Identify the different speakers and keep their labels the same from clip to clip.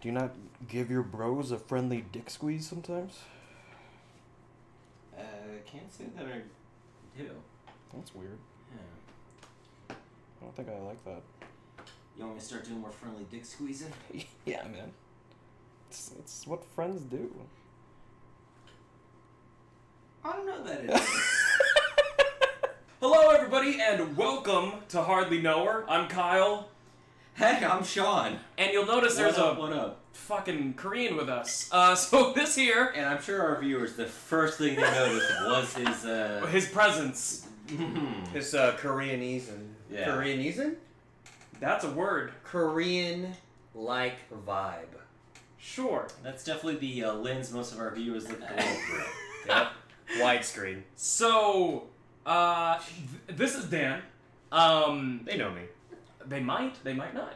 Speaker 1: Do you not give your bros a friendly dick squeeze sometimes?
Speaker 2: Uh, can't say that I do.
Speaker 1: That's weird.
Speaker 2: Yeah.
Speaker 1: I don't think I like that.
Speaker 2: You want me to start doing more friendly dick squeezing?
Speaker 1: yeah, man. It's, it's what friends do.
Speaker 2: I don't know that it is. Hello, everybody, and welcome to Hardly Knower. I'm Kyle,
Speaker 3: Hey, I'm Sean.
Speaker 2: and you'll notice there's
Speaker 3: what up,
Speaker 2: a
Speaker 3: what up?
Speaker 2: fucking Korean with us. Uh, so this here,
Speaker 3: And I'm sure our viewers, the first thing they noticed was his, uh...
Speaker 2: his presence.
Speaker 3: mhm.
Speaker 4: It's uh, Koreanese and
Speaker 3: Yeah.
Speaker 4: Koreanese and
Speaker 2: That's a word.
Speaker 4: Korean like vibe.
Speaker 2: Sure.
Speaker 3: That's definitely the uh, lens most of our viewers look at the world through.
Speaker 4: Yep. Widescreen.
Speaker 2: So, uh, th- this is Dan. Um,
Speaker 4: They know me.
Speaker 2: They might, they might not.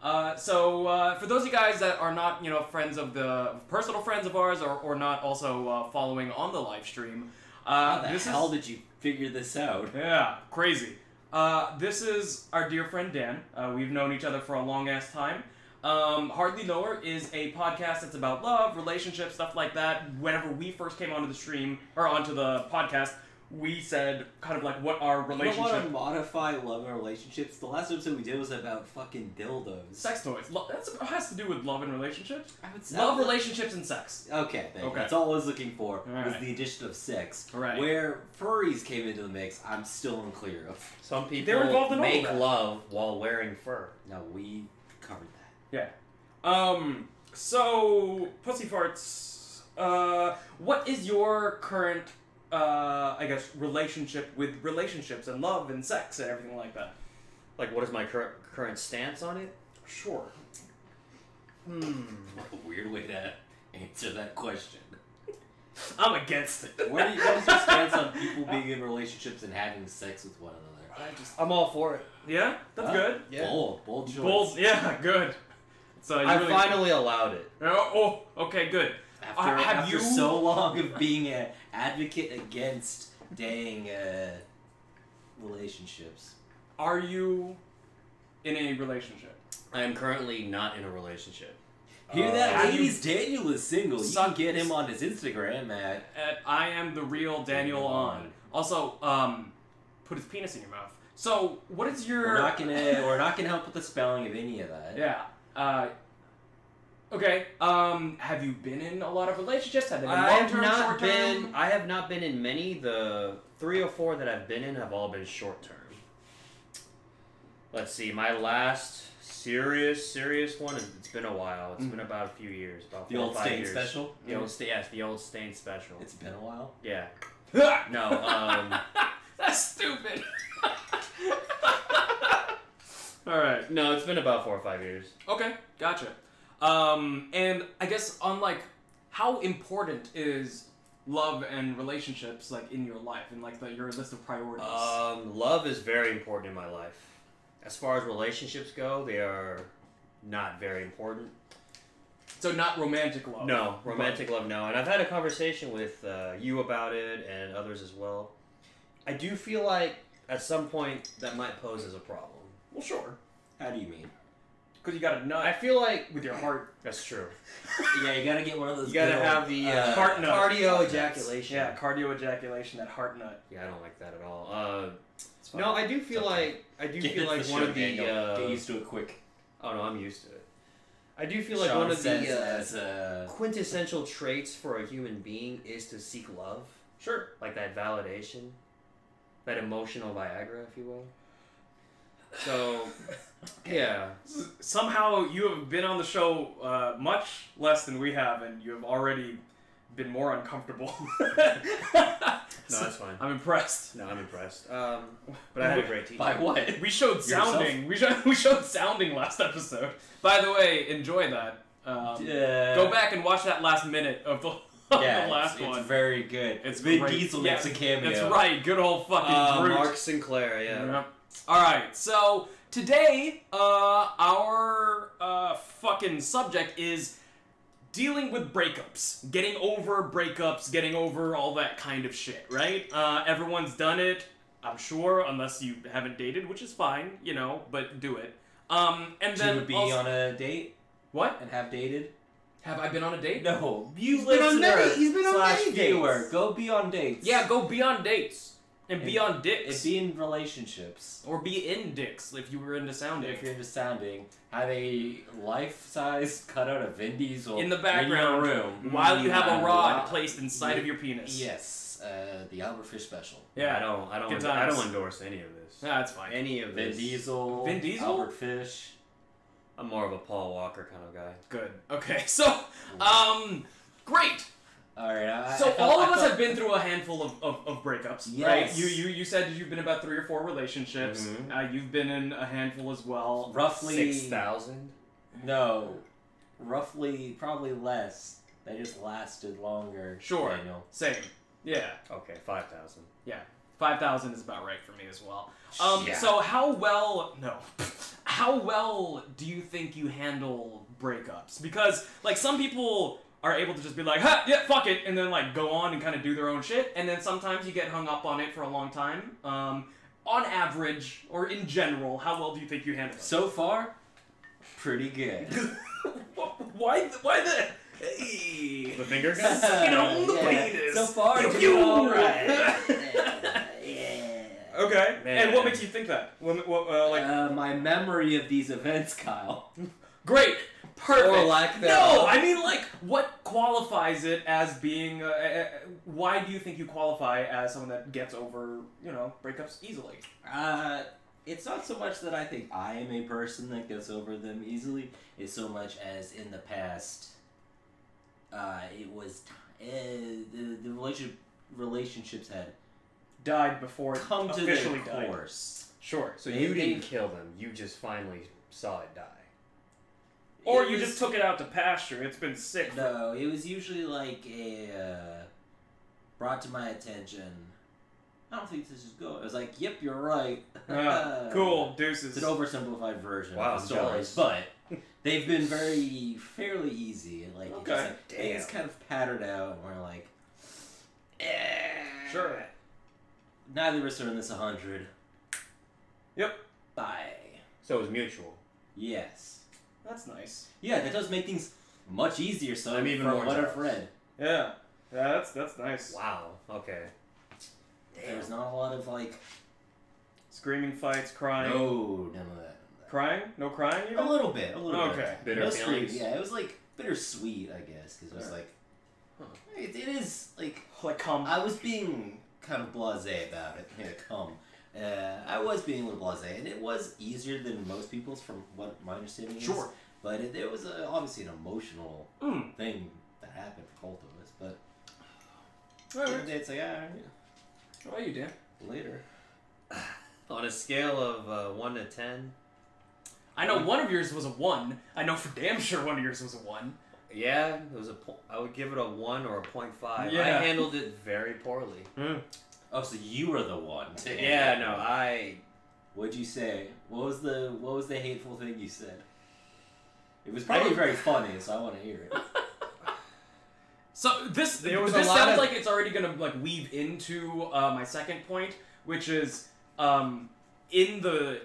Speaker 2: Uh, so uh, for those of you guys that are not, you know, friends of the personal friends of ours, or, or not also uh, following on the live stream, uh,
Speaker 3: How the
Speaker 2: this
Speaker 3: hell
Speaker 2: is
Speaker 3: did you figure this out?
Speaker 2: yeah crazy. Uh, this is our dear friend Dan. Uh, we've known each other for a long ass time. Um, Hardly Knower is a podcast that's about love, relationships, stuff like that. Whenever we first came onto the stream or onto the podcast, we said kind of like what our
Speaker 3: You don't want
Speaker 2: relationship
Speaker 3: to modify love and relationships. The last episode we did was about fucking dildos.
Speaker 2: sex toys. Lo- that's has to do with love and relationships.
Speaker 3: I would say-
Speaker 2: Love, relationships, and sex.
Speaker 3: Okay, thank you.
Speaker 2: Okay.
Speaker 3: That's all I was looking for was
Speaker 2: Alright.
Speaker 3: the addition of sex.
Speaker 2: Right.
Speaker 3: Where furries came into the mix, I'm still unclear of.
Speaker 4: Some people
Speaker 2: They're involved in all
Speaker 4: make
Speaker 2: of that.
Speaker 4: love while wearing fur.
Speaker 3: No, we covered that.
Speaker 2: Um. So, pussy farts. Uh, what is your current, uh, I guess, relationship with relationships and love and sex and everything like that?
Speaker 4: Like, what is my cur- current stance on it?
Speaker 2: Sure.
Speaker 4: Hmm.
Speaker 3: What a weird way to answer that question.
Speaker 2: I'm against it.
Speaker 3: What, do you, what is your stance on people being in relationships and having sex with one another?
Speaker 4: I just, I'm all for it.
Speaker 2: Yeah, that's good.
Speaker 4: Yeah.
Speaker 3: Bold, bold choice.
Speaker 2: Bulls. Yeah, good. So you
Speaker 4: I
Speaker 2: really.
Speaker 4: finally allowed it.
Speaker 2: Oh, oh, okay, good.
Speaker 3: After,
Speaker 2: Uh, have
Speaker 3: after
Speaker 2: you-
Speaker 3: so long of being an advocate against dang uh, relationships.
Speaker 2: Are you in a relationship?
Speaker 4: I am currently not in a relationship.
Speaker 3: Hear
Speaker 4: Uh,
Speaker 3: that,
Speaker 2: have you-
Speaker 3: ladies? Daniel is single. You can
Speaker 2: Suck-
Speaker 3: get him on his Instagram at
Speaker 2: at I am the real Daniel on. Also, um, put his penis in your mouth. So, what is your?
Speaker 3: We're not gonna we're not gonna help with the spelling of any of that.
Speaker 2: yeah. Uh, okay. Um, have you been in a lot of relationships? Have they been
Speaker 4: I
Speaker 2: long
Speaker 4: have
Speaker 2: term,
Speaker 4: not
Speaker 2: short term?
Speaker 4: been. I have not been in many. The three or four that I've been in have all been short term. Let's see. My last serious, serious one. is- It's been a while. It's been about a few years. About
Speaker 3: The
Speaker 4: four or
Speaker 3: old
Speaker 4: five
Speaker 3: stain
Speaker 4: years.
Speaker 3: special.
Speaker 4: The old stain. Yes, the old stain special.
Speaker 3: It's been a while.
Speaker 4: yeah. No. Um.
Speaker 2: That's stupid. All right.
Speaker 4: no. It's been about four or five years.
Speaker 2: Okay, gotcha. Um, and I guess on like how important is love and relationships like in your life and like the, your list of priorities.
Speaker 4: Um. Love is very important in my life. As far as relationships go, they are not very important.
Speaker 2: so not romantic love.
Speaker 4: No, romantic love, no. And I've had a conversation with uh, you about it and others as well. I do feel like at some point that might pose as a problem.
Speaker 2: Well, sure.
Speaker 3: How do you mean?
Speaker 2: Because you got to
Speaker 4: I
Speaker 2: nut
Speaker 4: feel like
Speaker 2: with your heart.
Speaker 4: that's true.
Speaker 3: Yeah, you gotta get one of those.
Speaker 4: You gotta
Speaker 3: good old,
Speaker 4: have the
Speaker 3: uh,
Speaker 4: uh,
Speaker 2: heart nut.
Speaker 4: cardio ejaculation.
Speaker 2: Yeah, cardio ejaculation, that heart nut.
Speaker 4: Yeah, I don't like that at all. Uh,
Speaker 3: It's fine.
Speaker 4: no, I do feel
Speaker 3: It's okay.
Speaker 4: like I do
Speaker 3: Get
Speaker 4: feel
Speaker 3: the
Speaker 4: like one of
Speaker 3: show,
Speaker 4: the.
Speaker 3: Daniel.
Speaker 4: Uh,
Speaker 3: Get used to it quick.
Speaker 4: oh no, I'm used to it. I do feel like
Speaker 3: Sean
Speaker 4: one of
Speaker 3: says
Speaker 4: the uh,
Speaker 3: as a
Speaker 4: quintessential traits for a human being is to seek love,
Speaker 2: Sure.
Speaker 4: like that validation, that emotional Viagra, if you will. So, yeah.
Speaker 2: Somehow you have been on the show uh, much less than we have, and you have already been more uncomfortable.
Speaker 4: No, that's fine.
Speaker 2: I'm impressed.
Speaker 4: No, I'm impressed. Um, but I had a great teacher.
Speaker 3: by what?
Speaker 2: We showed
Speaker 3: Yourself?
Speaker 2: sounding. We showed, we showed sounding last episode. By the way, enjoy that. Um, Go back and watch that last minute of the, of
Speaker 3: Yeah,
Speaker 2: the last
Speaker 3: it's,
Speaker 2: one.
Speaker 3: It's very good.
Speaker 2: It's
Speaker 3: Vin
Speaker 2: great.
Speaker 3: Diesel
Speaker 2: Yeah,
Speaker 3: makes a cameo.
Speaker 2: That's right. Good old fucking
Speaker 4: Uh,
Speaker 2: Groot.
Speaker 4: Mark Sinclair, yeah.
Speaker 2: Yeah. All right. So today, uh, our uh, fucking subject is dealing with breakups, getting over breakups, getting over all that kind of shit. Right? Uh, everyone's done it, I'm sure, unless you haven't dated, which is fine, you know. But do it. Um,
Speaker 3: Would
Speaker 2: and
Speaker 3: you
Speaker 2: then
Speaker 3: be
Speaker 2: also-
Speaker 3: on a date?
Speaker 2: What?
Speaker 3: and have dated?
Speaker 2: Have I been on a date?
Speaker 3: No, you
Speaker 4: He's been on
Speaker 3: listener
Speaker 4: many- he's been on
Speaker 3: slash
Speaker 4: many dates.
Speaker 3: viewer, go be on dates.
Speaker 2: Yeah, go be on dates and be
Speaker 3: And-
Speaker 2: on
Speaker 3: and
Speaker 2: dicks
Speaker 3: be in relationships.
Speaker 2: or be in dicks if you were into sounding.
Speaker 3: If you're into sounding, have a life-size cutout of Vin Diesel
Speaker 2: In the
Speaker 3: in
Speaker 2: background.
Speaker 3: your room
Speaker 2: While you have
Speaker 3: Mm,
Speaker 2: a rod
Speaker 3: wow.
Speaker 2: placed inside of your penis.
Speaker 3: Yes, uh, the Albert Fish special.
Speaker 4: I
Speaker 2: Yeah.
Speaker 4: don't. I don't.
Speaker 2: Good
Speaker 4: I
Speaker 2: times.
Speaker 4: don't endorse any of this.
Speaker 2: Nah, That's fine.
Speaker 4: Any of
Speaker 3: Vin
Speaker 4: this.
Speaker 3: Diesel.
Speaker 2: Vin Diesel?
Speaker 3: Albert Fish.
Speaker 4: I'm more of a Paul Walker kind of guy.
Speaker 2: Good. Okay. So, um, great.
Speaker 3: All right. I,
Speaker 2: So
Speaker 3: I felt-
Speaker 2: all
Speaker 3: I
Speaker 2: of us
Speaker 3: felt-
Speaker 2: have been through a handful of, of, of breakups, right?
Speaker 3: Yes.
Speaker 2: You you you said that you've been about three or four relationships.
Speaker 3: Mm-hmm.
Speaker 4: Mhm.
Speaker 2: Uh, you've been in a handful as well.
Speaker 3: roughly
Speaker 4: Six thousand.
Speaker 3: No, roughly probably less. They just lasted longer.
Speaker 2: Sure.
Speaker 3: Daniel.
Speaker 2: Same. Yeah.
Speaker 4: Okay, five thousand.
Speaker 2: Five thousand is about right for me as well. Um,
Speaker 4: Yeah.
Speaker 2: So how well? No. How well do you think you handle breakups? Because like some people are able to just be like, "Huh, yeah, fuck it," and then like go on and kind of do their own shit. And then sometimes you get hung up on it for a long time. Um, on average, or in general, how well do you think you handle it?
Speaker 3: So far, pretty good.
Speaker 2: Wh- why? th- Why the? Hey.
Speaker 4: The finger
Speaker 2: guy?
Speaker 4: guy.
Speaker 2: Sucking on the penis.
Speaker 3: So far,
Speaker 2: Pew,
Speaker 3: doing
Speaker 2: pew.
Speaker 3: all right. yeah.
Speaker 2: Okay.
Speaker 4: Man.
Speaker 2: And what makes you think that? What, what, uh, like,
Speaker 3: uh, my memory of these events, Kyle.
Speaker 2: great, perfect.
Speaker 3: Or lack thereof.
Speaker 2: No, I mean like, what qualifies it as being? Uh, uh, uh, why do you think you qualify as someone that gets over, you know, breakups easily?
Speaker 3: Uh, it's not so much that I think I am a person that gets over them easily. It's so much as in the past, uh, it was t- uh, the the relationship relationships had
Speaker 2: Died before it
Speaker 3: come to
Speaker 2: officially
Speaker 3: their
Speaker 2: died.
Speaker 3: course.
Speaker 2: Sure.
Speaker 4: So
Speaker 3: They-
Speaker 4: you didn't
Speaker 3: they-
Speaker 4: kill them. You just finally saw it die.
Speaker 2: Or
Speaker 3: It
Speaker 2: you
Speaker 3: was-
Speaker 2: just took it out to pasture. It's been sick. for-
Speaker 3: No, it was usually like a uh, brought to my attention. I don't think this is good. I was like, "Yep, you're right."
Speaker 2: Ah, cool. Deuces.
Speaker 3: It's an oversimplified version
Speaker 4: Wow,
Speaker 3: of the
Speaker 4: I'm
Speaker 3: story,
Speaker 4: jealous.
Speaker 3: but they've been very fairly easy. Like, it's
Speaker 2: Okay.
Speaker 3: like things
Speaker 4: Damn.
Speaker 3: kind of patterned out, and we're like, eh,
Speaker 2: Sure.
Speaker 3: Neither of us are in this hundred.
Speaker 2: Yep.
Speaker 3: Bye.
Speaker 4: So it was mutual.
Speaker 3: Yes.
Speaker 2: That's nice.
Speaker 3: Yeah, that does make things much easier. So
Speaker 4: I'm even
Speaker 3: from
Speaker 4: more
Speaker 3: what I've
Speaker 4: jealous.
Speaker 3: read,
Speaker 2: Yeah. Yeah. That's that's nice.
Speaker 4: Wow. Okay.
Speaker 3: there was not a lot of like,
Speaker 2: Screaming fights, crying.
Speaker 3: no, Oh, none of that.
Speaker 2: Crying? No crying even?
Speaker 3: A little bit, a little bit.
Speaker 2: Okay.
Speaker 4: Bitter
Speaker 3: no
Speaker 4: feelings.
Speaker 3: screams. Yeah, it was like bittersweet, I guess, because it was
Speaker 2: Sure.
Speaker 3: like,
Speaker 4: Huh.
Speaker 3: it, it is like
Speaker 2: Like come.
Speaker 3: I was being kind of blasé about it. Yeah, come. Uh, I was being a little blasé, and it was easier than most people's, from what my understanding is.
Speaker 2: Sure.
Speaker 3: But it, it was uh obviously an emotional
Speaker 2: Mm.
Speaker 3: thing that happened for both of us. But
Speaker 2: All right.
Speaker 3: it's like, ah,
Speaker 2: How about you, Dan?
Speaker 3: yeah, later.
Speaker 4: On a scale of uh, one to ten.
Speaker 2: I know one of yours was a one. I know for damn sure one of yours was a one.
Speaker 4: Yeah, it was a. Po- I would give it a one or a point five.
Speaker 2: Yeah.
Speaker 4: I handled it very poorly.
Speaker 3: Oh, so you were the one. To
Speaker 4: Yeah. No. I.
Speaker 3: What'd you say? What was the What was the hateful thing you said? It was
Speaker 4: I
Speaker 3: probably
Speaker 4: didn't-
Speaker 3: very funny, so I want to hear it.
Speaker 2: So this
Speaker 4: There was a
Speaker 2: this
Speaker 4: lot
Speaker 2: sounds
Speaker 4: of-
Speaker 2: like it's already gonna like weave into uh, my second point, which is um, in the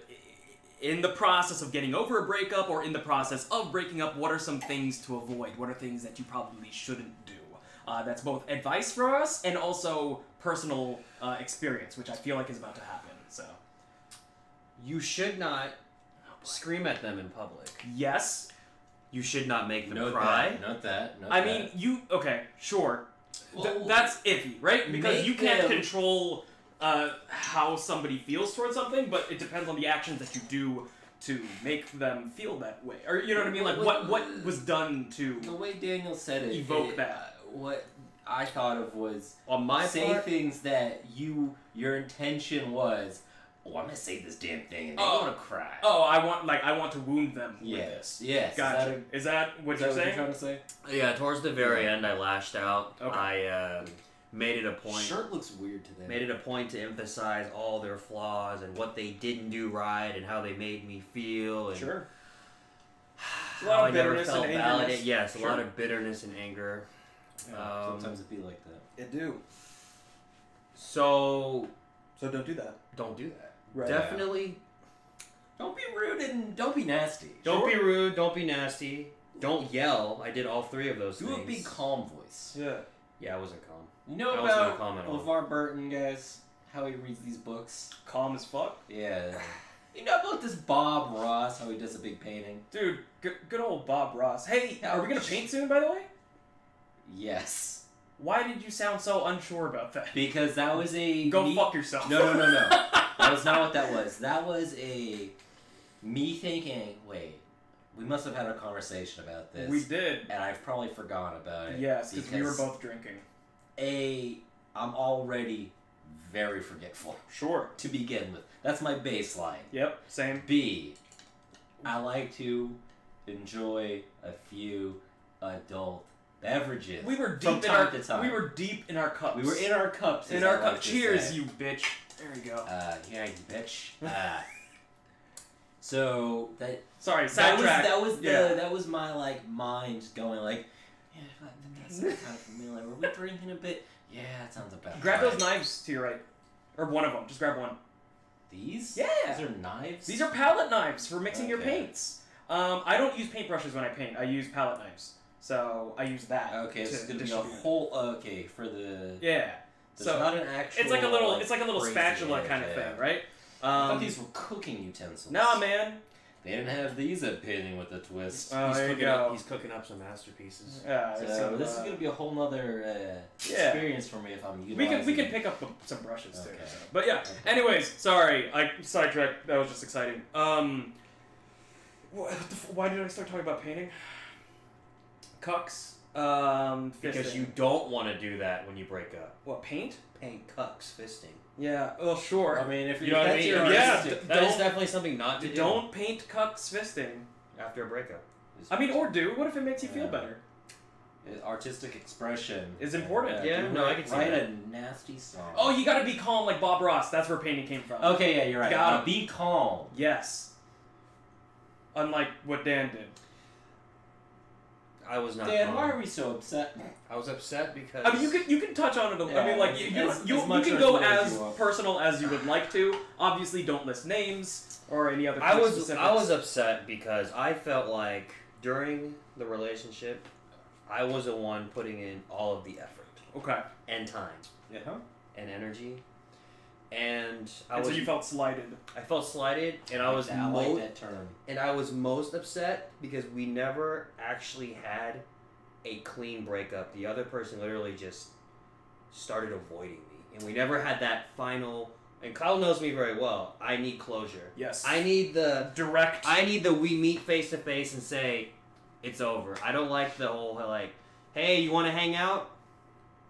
Speaker 2: in the process of getting over a breakup or in the process of breaking up, what are some things to avoid? What are things that you probably shouldn't do? Uh, that's both advice for us and also personal uh, experience, which I feel like is about to happen. So
Speaker 4: You should not scream at them in public.
Speaker 2: yes,
Speaker 4: You should not make them
Speaker 3: Note
Speaker 4: cry.
Speaker 3: that. Note that. Note
Speaker 2: I
Speaker 3: that.
Speaker 2: mean, you okay? Sure, Th-
Speaker 3: Well,
Speaker 2: that's iffy, right? Because
Speaker 3: make
Speaker 2: you can't
Speaker 3: them-
Speaker 2: control uh, how somebody feels towards something, but it depends on the actions that you do to make them feel that way, or you know what I mean? Like what what was done
Speaker 3: The
Speaker 2: to
Speaker 3: way Daniel said it,
Speaker 2: Evoke
Speaker 3: it- uh,
Speaker 2: that.
Speaker 3: What I thought of was
Speaker 4: On my
Speaker 3: say
Speaker 4: part,
Speaker 3: things that you your intention was. Oh, I'm gonna say this damn thing, and they
Speaker 2: Oh.
Speaker 3: want to cry.
Speaker 2: oh, I want like I want to wound them with
Speaker 3: yes,
Speaker 2: this.
Speaker 3: yes.
Speaker 2: Gotcha.
Speaker 3: Is
Speaker 2: Is that what
Speaker 3: that, a-
Speaker 2: you're
Speaker 3: is that what you're
Speaker 2: saying?
Speaker 3: trying to say?
Speaker 4: yeah. Towards the very end, I lashed out.
Speaker 2: Okay.
Speaker 4: I um made it a point.
Speaker 3: Shirt looks weird today.
Speaker 4: Made it a point to emphasize all their flaws and what they didn't do right and how they made me feel and
Speaker 2: Sure. A lot
Speaker 4: how
Speaker 2: of
Speaker 4: I never
Speaker 2: bitterness
Speaker 4: felt
Speaker 2: and angerness.
Speaker 4: validated. Yes,
Speaker 2: Sure.
Speaker 4: a lot of bitterness and anger.
Speaker 3: Yeah,
Speaker 4: um,
Speaker 3: Sometimes it be like that.
Speaker 2: It do.
Speaker 4: So
Speaker 2: So don't do that.
Speaker 4: don't do that.
Speaker 2: Right.
Speaker 4: Definitely
Speaker 3: Don't be rude and don't be nasty.
Speaker 4: Don't be rude. Don't be nasty. Don't yell. I did all three of those
Speaker 3: Do
Speaker 4: things.
Speaker 3: a big calm voice.
Speaker 2: Yeah.
Speaker 4: Yeah, I wasn't calm.
Speaker 3: You know
Speaker 4: That was my
Speaker 3: about
Speaker 4: comment on it.
Speaker 3: LeVar Burton, guys? How he reads these books?
Speaker 2: Calm as fuck.
Speaker 3: Yeah. You know about this Bob Ross, how he does a big painting?
Speaker 2: Dude, good, good old Bob Ross. Hey, are we gonna paint soon, by the way?
Speaker 3: Yes.
Speaker 2: Why did you sound so unsure about that?
Speaker 3: Because that was a.
Speaker 2: Go
Speaker 3: me-
Speaker 2: fuck yourself.
Speaker 3: No, no, no, no. That was not what that was. That was a. Me thinking, wait, we must have had a conversation about this.
Speaker 2: We did.
Speaker 3: and I've probably forgotten about it.
Speaker 2: Yes, because we were both drinking.
Speaker 3: A, I'm already very forgetful
Speaker 2: Sure.
Speaker 3: to begin with. That's my baseline.
Speaker 2: Yep. Same.
Speaker 3: B, I like to enjoy a few adult beverages.
Speaker 2: We were
Speaker 3: From
Speaker 2: deep in
Speaker 3: time
Speaker 2: our.
Speaker 3: to time.
Speaker 2: We were deep in our cups.
Speaker 3: We were in our cups.
Speaker 2: In
Speaker 3: as
Speaker 2: our
Speaker 3: I
Speaker 2: cup.
Speaker 3: like to
Speaker 2: Cheers,
Speaker 3: say.
Speaker 2: you bitch. There you go.
Speaker 3: Uh, yeah, you bitch. Uh, so that that
Speaker 2: Sorry,
Speaker 3: was
Speaker 2: sidetrack.
Speaker 3: that was the
Speaker 2: Yeah.
Speaker 3: that was my like mind going like, yeah, that sounds kind of familiar. Were we drinking a bit? Yeah, that sounds about.
Speaker 2: Grab
Speaker 3: right.
Speaker 2: those knives to your right, or one of them. Just grab one.
Speaker 3: These?
Speaker 2: Yeah.
Speaker 3: These are knives?
Speaker 2: These are palette knives for mixing your
Speaker 3: Okay.
Speaker 2: paints. Um, I don't use paintbrushes when I paint. I use palette knives. So I use that.
Speaker 3: Okay,
Speaker 2: to
Speaker 3: it's gonna be a
Speaker 2: distribute.
Speaker 3: whole. Okay, for the.
Speaker 2: Yeah.
Speaker 3: There's
Speaker 2: so
Speaker 3: not an actual.
Speaker 2: it's like a little, it's like a little
Speaker 3: crazy
Speaker 2: spatula
Speaker 3: edge,
Speaker 2: kind of
Speaker 3: yeah.
Speaker 2: thing, right?
Speaker 3: I
Speaker 2: Um,
Speaker 3: thought these were cooking utensils.
Speaker 2: nah, man.
Speaker 3: They didn't have these at Painting with a Twist.
Speaker 2: Oh,
Speaker 4: he's
Speaker 2: there you
Speaker 4: cooking
Speaker 2: go.
Speaker 4: Up, he's cooking up some masterpieces.
Speaker 2: Yeah,
Speaker 3: so,
Speaker 2: so,
Speaker 3: this is
Speaker 2: uh,
Speaker 3: gonna be a whole nother uh,
Speaker 2: Yeah.
Speaker 3: experience for me if I'm
Speaker 2: we
Speaker 3: utilizing.
Speaker 2: can we can pick up some brushes too.
Speaker 3: Okay.
Speaker 2: so. But yeah.
Speaker 3: Okay.
Speaker 2: Anyways, sorry, I sidetracked. That was just exciting. Um, wha- what the, f- why did I start talking about painting? Cucks. Um,
Speaker 4: Because
Speaker 2: fisting.
Speaker 4: you don't want to do that when you break up.
Speaker 2: what paint?
Speaker 4: Paint cucks, fisting.
Speaker 2: Yeah. Well, sure.
Speaker 3: I mean, if
Speaker 4: You
Speaker 3: you
Speaker 4: know what I
Speaker 3: that's
Speaker 4: mean?
Speaker 3: your
Speaker 2: Yeah,
Speaker 3: artistic-
Speaker 2: d-
Speaker 4: That is
Speaker 2: Don't-
Speaker 4: definitely something not to do
Speaker 2: Don't paint cucks fisting.
Speaker 4: after a breakup.
Speaker 2: I mean, or do. What if it makes you feel
Speaker 3: Yeah.
Speaker 2: better?
Speaker 3: artistic expression
Speaker 2: Is important.
Speaker 4: Yeah,
Speaker 3: do
Speaker 4: no,
Speaker 3: it.
Speaker 4: I can see
Speaker 3: write
Speaker 4: that.
Speaker 3: a nasty song.
Speaker 2: Oh, you gotta be calm like Bob Ross. That's where painting came from.
Speaker 4: Oh.
Speaker 3: okay, yeah, you're right. Um,
Speaker 2: Got
Speaker 3: Now
Speaker 2: it.
Speaker 3: be calm.
Speaker 2: Yes. Unlike what Dan did.
Speaker 4: I was not.
Speaker 3: Dan,
Speaker 4: calm.
Speaker 3: why are we so upset?
Speaker 4: I was upset because
Speaker 2: I mean, you can you can touch on it. A, I mean, like you you,
Speaker 3: As-
Speaker 2: you,
Speaker 3: as
Speaker 2: you
Speaker 3: much
Speaker 2: can
Speaker 3: or
Speaker 2: go
Speaker 3: as little as
Speaker 2: as
Speaker 3: you want.
Speaker 2: personal as you would like to. Obviously, don't list names or any other.
Speaker 4: I was
Speaker 2: specifics.
Speaker 4: I was upset because I felt like during the relationship, I was the one putting in all of the effort
Speaker 2: okay.
Speaker 4: and time
Speaker 3: Yeah.
Speaker 4: and energy, and I
Speaker 2: Uh-huh. And so
Speaker 4: was
Speaker 2: you felt slighted.
Speaker 4: I felt slighted, and I was
Speaker 3: I
Speaker 4: mo-
Speaker 3: like that term.
Speaker 4: and I was most upset because we never actually had a clean breakup. The other person literally just started avoiding me, and we never had that final. And Kyle knows me very well. I need closure.
Speaker 2: Yes.
Speaker 4: I need the
Speaker 2: direct.
Speaker 4: I need the we meet face to face and say it's over. I don't like the whole like, hey, you want to hang out?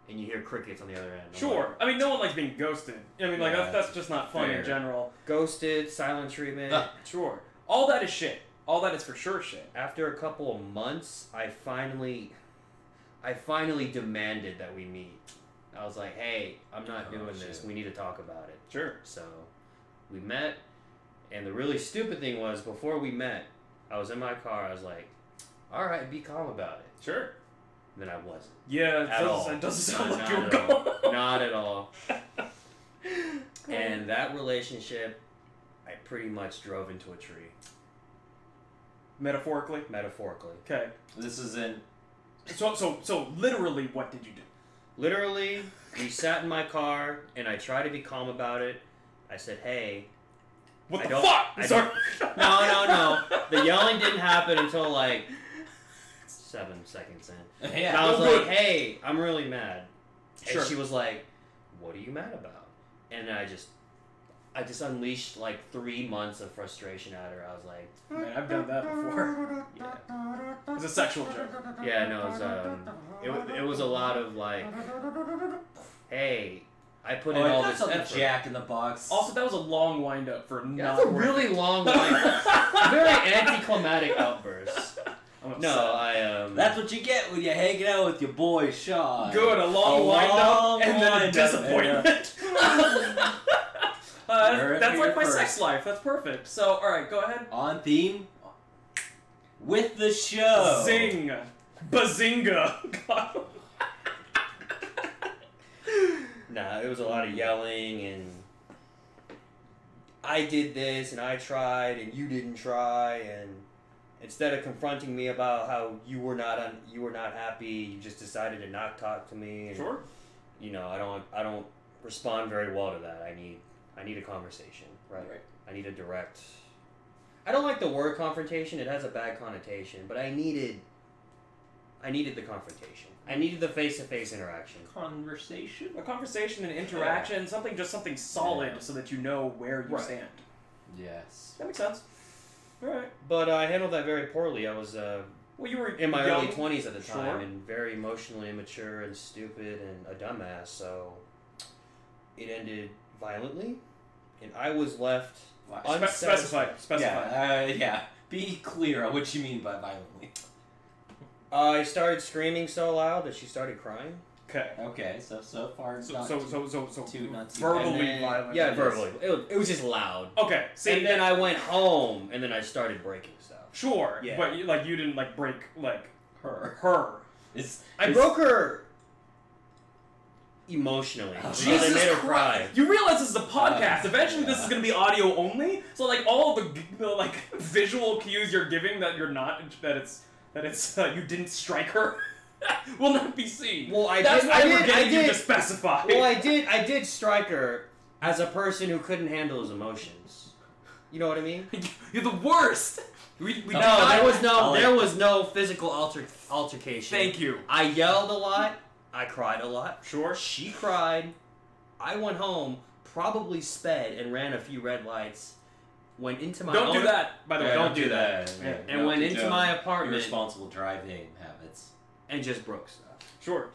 Speaker 4: And you hear crickets on the other end. I'm
Speaker 2: sure.
Speaker 4: like,
Speaker 2: I mean, no one likes being ghosted. I mean, like
Speaker 3: Yeah.
Speaker 2: that's, that's just not fun
Speaker 3: Fair.
Speaker 2: in general.
Speaker 4: Ghosted, silent treatment.
Speaker 3: Ah.
Speaker 2: Sure. All that is shit. All that is for sure shit.
Speaker 4: After a couple of months, I finally, I finally demanded that we meet. I was like, hey, I'm not
Speaker 3: Oh,
Speaker 4: doing this.
Speaker 3: shit.
Speaker 4: We need to talk about it.
Speaker 2: Sure.
Speaker 4: So we met, and the really stupid thing was before we met, I was in my car. I was like, all right, be calm about it.
Speaker 2: Sure.
Speaker 4: Then I wasn't.
Speaker 2: Yeah, it
Speaker 4: At
Speaker 2: doesn't,
Speaker 4: all.
Speaker 2: it doesn't sound
Speaker 4: No,
Speaker 2: like
Speaker 4: not
Speaker 2: you were
Speaker 4: at
Speaker 2: going.
Speaker 4: Not at all. and that relationship, I pretty much drove into a tree,
Speaker 2: metaphorically.
Speaker 4: metaphorically.
Speaker 2: Okay.
Speaker 3: This is in.
Speaker 2: So so so literally, what did you do?
Speaker 4: Literally, we sat in my car, and I tried to be calm about it. I said, "Hey."
Speaker 2: What
Speaker 4: I
Speaker 2: the
Speaker 4: don't-
Speaker 2: fuck?
Speaker 4: I
Speaker 2: Sorry.
Speaker 4: No, no, no. The yelling didn't happen until like seven seconds in. And
Speaker 3: Yeah.
Speaker 4: I was
Speaker 2: no
Speaker 4: like,
Speaker 2: good.
Speaker 4: "Hey, I'm really mad."
Speaker 2: Sure.
Speaker 4: And she was like, "What are you mad about?" And I just, I just unleashed like three months of frustration at her. I was like,
Speaker 2: Man, I've done that before.
Speaker 4: "Yeah."
Speaker 2: It's a sexual joke.
Speaker 4: Yeah, no, it was, um, it, wa- it was a lot of like, hey, I put in
Speaker 3: Oh,
Speaker 4: all
Speaker 3: that's
Speaker 4: this
Speaker 3: not the
Speaker 4: effort.
Speaker 3: Jack in the Box.
Speaker 2: Also, that was a long wind up for
Speaker 4: Yeah,
Speaker 2: not
Speaker 4: that's a
Speaker 2: worth
Speaker 4: really
Speaker 2: it.
Speaker 4: long, like, very anticlimactic outburst.
Speaker 2: I'm upset.
Speaker 4: No, I um.
Speaker 3: that's what you get when you're hanging out with your boy Sean.
Speaker 2: Good, a long
Speaker 3: A
Speaker 2: wind
Speaker 3: long
Speaker 2: up and then a
Speaker 3: wind-up,
Speaker 2: disappointment. uh,
Speaker 3: You're
Speaker 2: that's-
Speaker 3: up
Speaker 2: that's
Speaker 3: here
Speaker 2: like my
Speaker 3: first.
Speaker 2: sex life. That's perfect. So, all right, go ahead.
Speaker 3: On theme. With the
Speaker 4: Oh.
Speaker 3: show.
Speaker 2: Zing, bazinga. God.
Speaker 4: Nah, it was a lot of yelling and. I did this and I tried and you didn't try and Instead of confronting me about how you were not un- you were not happy, you just decided to not talk to me. And,
Speaker 2: Sure.
Speaker 4: You know, I don't I don't respond very well to that. I need I need a conversation. Right. I need a direct. I don't like the word confrontation. It has a bad connotation, but I needed. I needed the confrontation. I needed the face-to-face interaction.
Speaker 3: Conversation.
Speaker 2: A conversation, an interaction, something just something solid,
Speaker 3: Yeah.
Speaker 2: so that you know where you
Speaker 4: Right.
Speaker 2: stand.
Speaker 3: Yes.
Speaker 2: That makes sense. All right.
Speaker 4: But I handled that very poorly. I was uh,
Speaker 2: Well, you were
Speaker 4: in my
Speaker 2: young.
Speaker 4: early twenties at the time,
Speaker 2: Sure.
Speaker 4: and very emotionally immature and stupid and a dumbass. So it ended violently, and I was left.
Speaker 3: Wow.
Speaker 2: Spe- specify.
Speaker 4: unsatisfied.
Speaker 2: Specify.
Speaker 3: Yeah, uh, yeah. Be clear on what you mean by violently.
Speaker 4: I started screaming so loud that she started crying.
Speaker 2: Okay.
Speaker 3: Okay, so so far it's
Speaker 2: So
Speaker 3: not
Speaker 2: so
Speaker 3: too-
Speaker 2: so so so
Speaker 3: too- not too-
Speaker 2: verbally
Speaker 4: And then-
Speaker 2: violent.
Speaker 4: Yeah,
Speaker 3: Yes.
Speaker 4: verbally. It was, it was just loud.
Speaker 2: Okay. See,
Speaker 4: and then I went home, and then I started breaking stuff.
Speaker 2: sure,
Speaker 4: Yeah.
Speaker 2: but you, like you didn't like break like
Speaker 3: her.
Speaker 2: her.
Speaker 3: It's
Speaker 4: I
Speaker 2: It's-
Speaker 4: broke her emotionally.
Speaker 3: Jesus
Speaker 4: I made her cry.
Speaker 2: You realize this is a podcast.
Speaker 3: Uh,
Speaker 2: Eventually, this
Speaker 3: yeah.
Speaker 2: is going to be audio only. So, like all the, the like visual cues you're giving that you're not that it's that it's uh, you didn't strike her will not be seen.
Speaker 4: Well, I
Speaker 2: That's
Speaker 4: did.
Speaker 2: why
Speaker 4: I
Speaker 2: we're
Speaker 4: did. I
Speaker 2: getting you
Speaker 4: did.
Speaker 2: to specify.
Speaker 4: well, I did. I did strike her as a person who couldn't handle his emotions. You know what I mean?
Speaker 2: you're the worst. We, we
Speaker 4: No,
Speaker 2: did not-
Speaker 4: there was
Speaker 3: I
Speaker 4: no.
Speaker 3: like
Speaker 4: There was no physical alter, altercation.
Speaker 2: Thank you.
Speaker 4: I yelled a lot. I cried a lot.
Speaker 2: Sure.
Speaker 4: She cried. I went home, probably sped and ran a few red lights. Went into my
Speaker 2: Don't
Speaker 4: own,
Speaker 2: do that. By the way,
Speaker 4: Yeah,
Speaker 2: don't do that.
Speaker 3: Yeah,
Speaker 2: Yeah.
Speaker 4: and
Speaker 3: don't
Speaker 4: went
Speaker 3: do
Speaker 4: into
Speaker 3: that.
Speaker 4: my apartment
Speaker 3: irresponsible driving habits.
Speaker 4: and just broke stuff.
Speaker 2: Sure.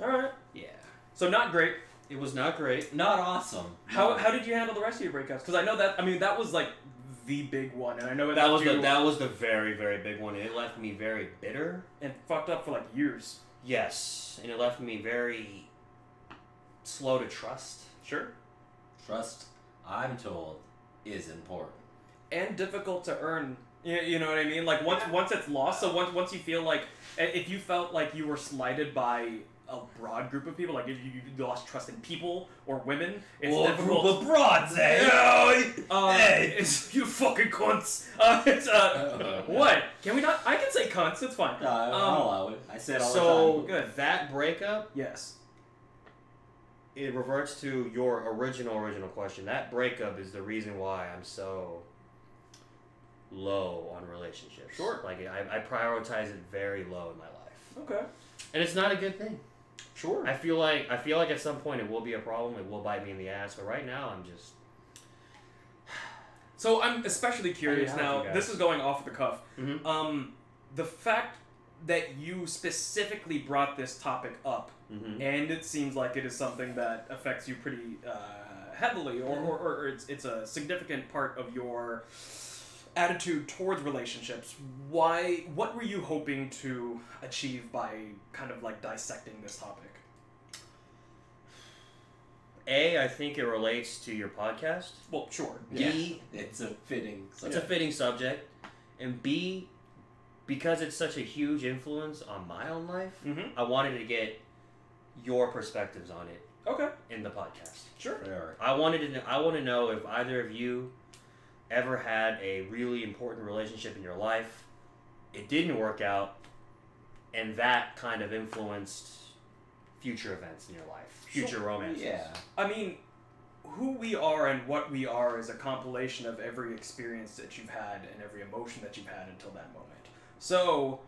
Speaker 2: All right.
Speaker 4: Yeah,
Speaker 2: So not great.
Speaker 4: it was not great.
Speaker 3: Not awesome.
Speaker 2: How,
Speaker 3: No.
Speaker 2: how did you handle the rest of your breakups? Because I know that I mean that was like the big one, and I know it
Speaker 4: That
Speaker 2: left
Speaker 4: was
Speaker 2: you
Speaker 4: the that was the very very big one. It left me very bitter.
Speaker 2: and fucked up for like years.
Speaker 4: Yes, and it left me very slow to trust.
Speaker 2: Sure.
Speaker 3: trust? I'm told is important.
Speaker 2: and difficult to earn. You, you know what I mean? Like once once it's lost, so once once you feel like i- if you felt like you were slighted by a broad group of people, like if you you lost trust in people or women, it's
Speaker 3: Or a
Speaker 2: difficult.
Speaker 3: group of broads, eh?
Speaker 2: uh,
Speaker 3: Hey.
Speaker 2: it's you fucking cunts. Uh, it's uh,
Speaker 3: Uh,
Speaker 2: what? Can we not? I can say cunts. It's fine.
Speaker 3: No, Uh, I'll
Speaker 2: Um,
Speaker 3: allow it. I said all
Speaker 4: so
Speaker 3: the time.
Speaker 2: Good.
Speaker 4: that breakup
Speaker 2: Yes.
Speaker 4: it reverts to your original original question. That breakup is the reason why I'm so low on relationships.
Speaker 2: Sure.
Speaker 4: like I, I prioritize it very low in my life,
Speaker 2: Okay.
Speaker 4: and it's not a good thing.
Speaker 2: Sure.
Speaker 4: I feel like I feel like at some point it will be a problem. It will bite me in the ass. But right now, I'm just
Speaker 2: So I'm especially curious
Speaker 4: I mean, I
Speaker 2: now.
Speaker 4: think I-
Speaker 2: This is going off the cuff.
Speaker 4: Mhm.
Speaker 2: Um, the fact that you specifically brought this topic up,
Speaker 4: Mhm.
Speaker 2: and it seems like it is something that affects you pretty uh, heavily, or, or, or it's it's a significant part of your attitude towards relationships. Why? What were you hoping to achieve by kind of like dissecting this topic?
Speaker 4: a. I think it relates to your podcast.
Speaker 2: Well, sure.
Speaker 3: Yeah.
Speaker 4: B.
Speaker 3: It's a fitting.
Speaker 4: It's a fitting subject, and B. Because it's such a huge influence on my own life,
Speaker 2: Mm-hmm.
Speaker 4: I wanted to get your perspectives on it
Speaker 2: Okay.
Speaker 4: in the podcast.
Speaker 2: Sure.
Speaker 3: Fair.
Speaker 4: I wanted to. Know, I want to know if either of you ever had a really important relationship in your life. It didn't work out, and that kind of influenced future events in your life, future romances.
Speaker 3: Yeah.
Speaker 2: I mean, who we are and what we are is a compilation of every experience that you've had and every emotion that you've had until that moment. So,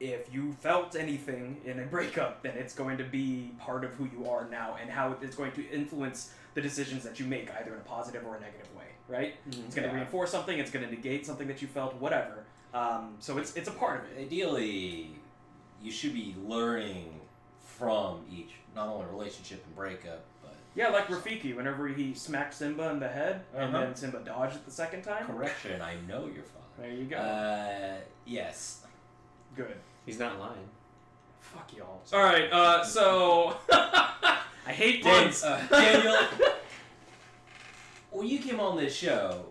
Speaker 2: if you felt anything in a breakup, then it's going to be part of who you are now and how it's going to influence the decisions that you make, either in a positive or a negative way, right? It's going to
Speaker 3: Mm-hmm. Yeah.
Speaker 2: reinforce something, it's going to negate something that you felt, whatever. Um, so, it's, it's a part of it.
Speaker 3: Ideally, you should be learning from each, not only relationship and breakup, but
Speaker 2: Yeah, like Rafiki, whenever he smacked Simba in the head, and
Speaker 3: Uh-huh.
Speaker 2: then Simba dodged it the second time.
Speaker 3: correction. I know your father.
Speaker 2: There you go.
Speaker 3: Uh, yes.
Speaker 2: Good.
Speaker 4: He's not lying.
Speaker 2: Fuck y'all. All right. Uh, so I hate
Speaker 3: Dan-
Speaker 2: puns.
Speaker 3: uh, Daniel, when you came on this show,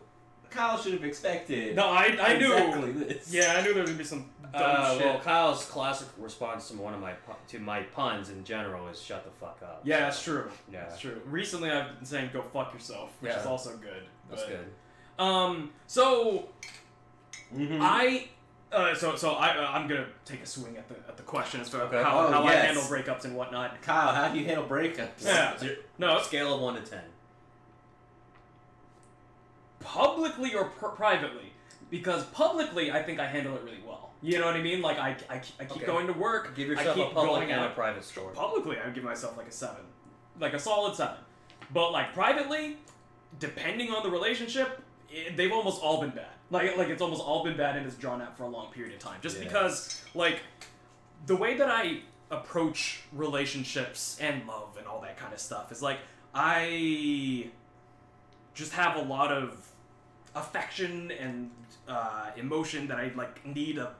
Speaker 3: Kyle should have expected.
Speaker 2: no, I I knew.
Speaker 3: exactly this.
Speaker 2: Yeah, I knew there would be some dumb
Speaker 4: Uh,
Speaker 2: shit.
Speaker 4: well, Kyle's classic response to one of my pu- to my puns in general is "shut the fuck up."
Speaker 2: yeah, that's true.
Speaker 4: Yeah.
Speaker 2: That's true. Recently, I've been saying "go fuck yourself," which is
Speaker 4: Yeah.
Speaker 2: also good.
Speaker 4: that's
Speaker 2: but-
Speaker 4: good.
Speaker 2: Um. So
Speaker 3: Mm-hmm.
Speaker 2: um, I uh, so so I uh, I'm gonna take a swing at the at the question as to
Speaker 4: Okay.
Speaker 2: how,
Speaker 3: Oh,
Speaker 2: how I
Speaker 3: yes.
Speaker 2: handle breakups and whatnot.
Speaker 3: Kyle, how do you handle breakups?
Speaker 2: Yeah.
Speaker 4: Zero-
Speaker 2: No, it's
Speaker 4: Scale of one to ten.
Speaker 2: publicly or pr- privately because publicly I think I handle it really well. You know what I mean? Like I I, I keep
Speaker 4: Okay.
Speaker 2: going to work.
Speaker 4: Give
Speaker 2: I
Speaker 4: yourself
Speaker 2: keep
Speaker 4: a public
Speaker 2: going
Speaker 4: and
Speaker 2: out.
Speaker 4: a private score.
Speaker 2: Publicly, I would give myself like a seven, like a solid seven. But like privately, depending on the relationship, it, they've almost all been bad. Like like it's almost all been bad and it's drawn out for a long period of time. Just
Speaker 3: Yeah.
Speaker 2: because like the way that I approach relationships and love and all that kind of stuff is like I just have a lot of affection and uh, emotion that I like need a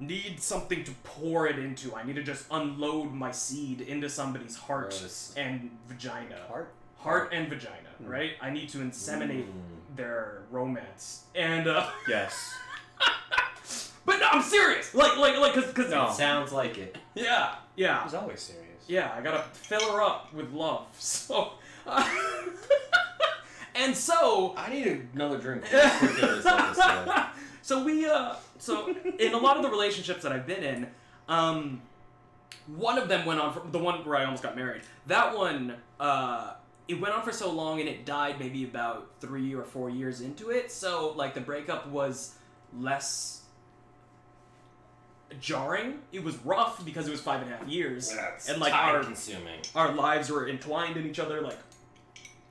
Speaker 2: need something to pour it into. I need to just unload my seed into somebody's heart
Speaker 3: Gross.
Speaker 2: and vagina.
Speaker 4: Heart. Hmm.
Speaker 2: Heart and vagina, right? I need to inseminate
Speaker 3: Mm.
Speaker 2: their romance. And uh
Speaker 4: Yes.
Speaker 2: but no, I'm serious. Like like like cuz cuz
Speaker 4: No.
Speaker 3: Sounds like it.
Speaker 2: yeah. Yeah.
Speaker 1: He's always serious.
Speaker 2: Yeah, I got to fill her up with love. So uh, And so
Speaker 3: I need another drink.
Speaker 2: so we uh so in a lot of the relationships that I've been in, um one of them went on for the one where I almost got married. That one uh it went on for so long and it died maybe about 3 or 4 years into it. So like the breakup was less jarring. It was rough because it was five and a half years. and like our
Speaker 3: consuming.
Speaker 2: our lives were entwined in each other. Like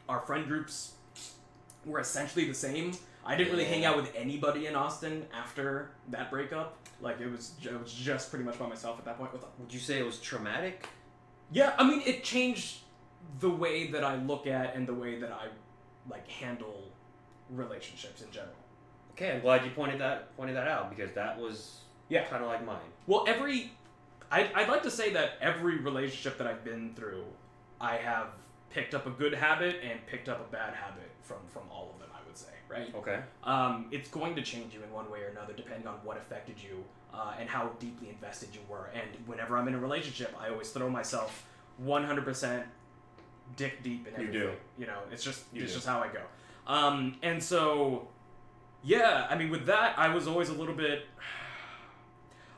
Speaker 2: our friend groups were essentially the same. I didn't really hang out with anybody in Austin after that breakup. Like it was, I was just pretty much by myself at that point. With
Speaker 4: Would you say it was traumatic?
Speaker 2: yeah, I mean, it changed the way that I look at and the way that I like handle relationships in general.
Speaker 4: Okay, I'm glad you pointed that pointed that out because that was
Speaker 2: Yeah.
Speaker 4: kind of like mine.
Speaker 2: Well, every I, I'd like to say that every relationship that I've been through, I have picked up a good habit and picked up a bad habit from from all of them. I would say, right?
Speaker 4: Okay.
Speaker 2: Um, it's going to change you in one way or another, depending on what affected you uh, and how deeply invested you were. And whenever I'm in a relationship, I always throw myself 100% dick deep in
Speaker 4: You
Speaker 2: everything.
Speaker 4: do.
Speaker 2: You know, it's just
Speaker 4: You
Speaker 2: it's
Speaker 4: do.
Speaker 2: just how I go. Um, and so, yeah, I mean, with that, I was always a little bit.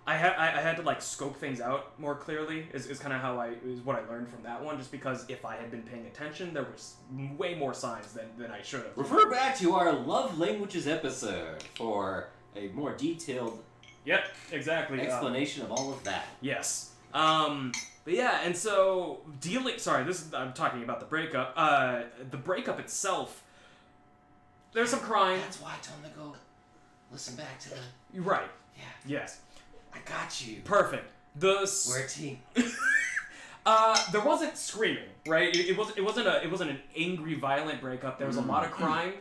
Speaker 2: I had I, I had to like scope things out more clearly. Is, is kind of how I is what I learned from that one. Just because if I had been paying attention, there was way more signs than than I should have.
Speaker 3: Refer back to our love languages episode for a more detailed
Speaker 2: Yep, exactly. Um,
Speaker 3: explanation of all of that.
Speaker 2: Yes. Um, but yeah, and so dealing. Sorry, this is, I'm talking about the breakup. Uh, the breakup itself. There's some crying.
Speaker 3: That's why I told him to go listen back to the.
Speaker 2: You're right.
Speaker 3: Yeah,
Speaker 2: Yes.
Speaker 3: I got you.
Speaker 2: Perfect. The s-
Speaker 3: We're a team.
Speaker 2: uh, there wasn't screaming, right? It, it was. It wasn't a. It wasn't an angry, violent breakup. There was a lot of crying.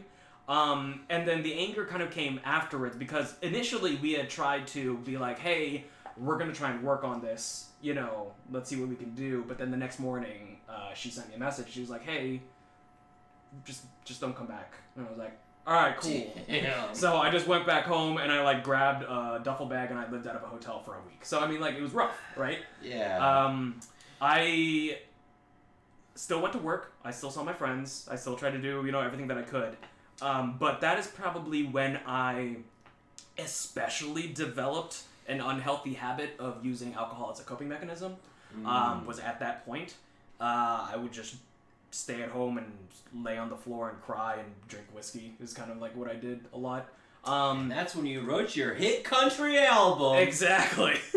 Speaker 2: Um, and then the anger kind of came afterwards because initially we had tried to be like, hey, we're gonna try and work on this. You know, let's see what we can do. But then the next morning, uh, she sent me a message. She was like, hey, just just don't come back. And I was like, all right, cool.
Speaker 3: Damn.
Speaker 2: So I just went back home and I like grabbed a duffel bag and I lived out of a hotel for a week. So I mean, like it was rough, right?
Speaker 3: Yeah.
Speaker 2: Um, I still went to work. I still saw my friends. I still tried to do you know everything that I could. Um, but that is probably when I especially developed an unhealthy habit of using alcohol as a coping mechanism. Um, was at that point. Uh, I would just stay at home and lay on the floor and cry and drink whiskey. Is kind of like what I did a lot. Um,
Speaker 3: and that's when you wrote your hit country album.
Speaker 2: Exactly.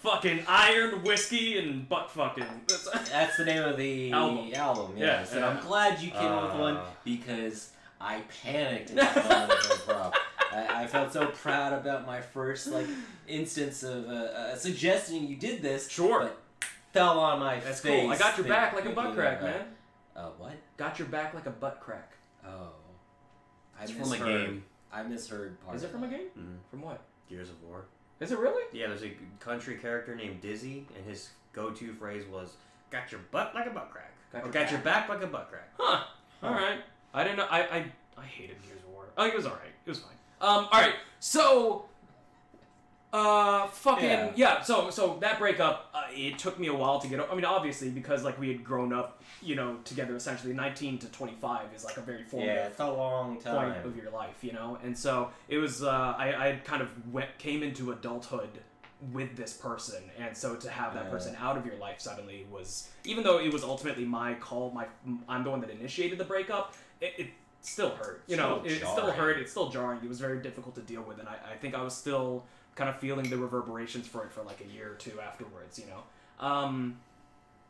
Speaker 2: fucking iron whiskey and butt fucking. That's-
Speaker 3: That's the name of the
Speaker 2: Album.
Speaker 3: album. yes.
Speaker 2: Yeah,
Speaker 3: and
Speaker 2: yeah.
Speaker 3: I'm glad you came up with one
Speaker 4: Uh.
Speaker 3: because I panicked at the moment it was up. I, I felt so proud about my first like instance of uh, uh, suggesting you did this.
Speaker 2: Sure.
Speaker 3: Fell on my
Speaker 2: That's
Speaker 3: face.
Speaker 2: cool. I got your
Speaker 3: think-
Speaker 2: back like a butt
Speaker 3: thinking
Speaker 2: crack,
Speaker 3: about-
Speaker 2: man.
Speaker 3: Uh, what?
Speaker 2: Got your back like a butt crack.
Speaker 3: Oh, I
Speaker 4: It's from a
Speaker 3: misheard.
Speaker 4: game.
Speaker 3: I misheard part.
Speaker 2: Is it
Speaker 3: of
Speaker 2: from a
Speaker 3: that. Mm-hmm.
Speaker 2: game?
Speaker 4: Mhm.
Speaker 2: From what?
Speaker 4: Gears of War.
Speaker 2: Is it really?
Speaker 4: Yeah, there's a country character named Dizzy, and his go-to phrase was "Got your butt like a butt crack." Got,
Speaker 2: Got your
Speaker 4: or, got your back like a butt crack.
Speaker 2: Huh. All right. I didn't know. I, I, I hated Gears of War. Oh, it was all right. It was fine. Um. All right. So. Uh. Fucking yeah.
Speaker 3: Yeah.
Speaker 2: so so that breakup. Uh, it took me a while to get. o- I mean, obviously because like we had grown up, you know, together essentially. Nineteen to twenty five is like a very formative
Speaker 3: Yeah, it's a long
Speaker 2: point
Speaker 3: time.
Speaker 2: of your life, you know? And so it was, uh, I, I kind of went, came into adulthood with this person. And so to have that
Speaker 3: Yeah.
Speaker 2: person out of your life suddenly was, even though it was ultimately my call, my, I'm the one that initiated the breakup, it, it still hurt. You know,
Speaker 3: Still
Speaker 2: it still hurt.
Speaker 3: jarring.
Speaker 2: It's still jarring. It was very difficult to deal with. And I, I think I was still kind of feeling the reverberations for it for like a year or two afterwards, you know? Um,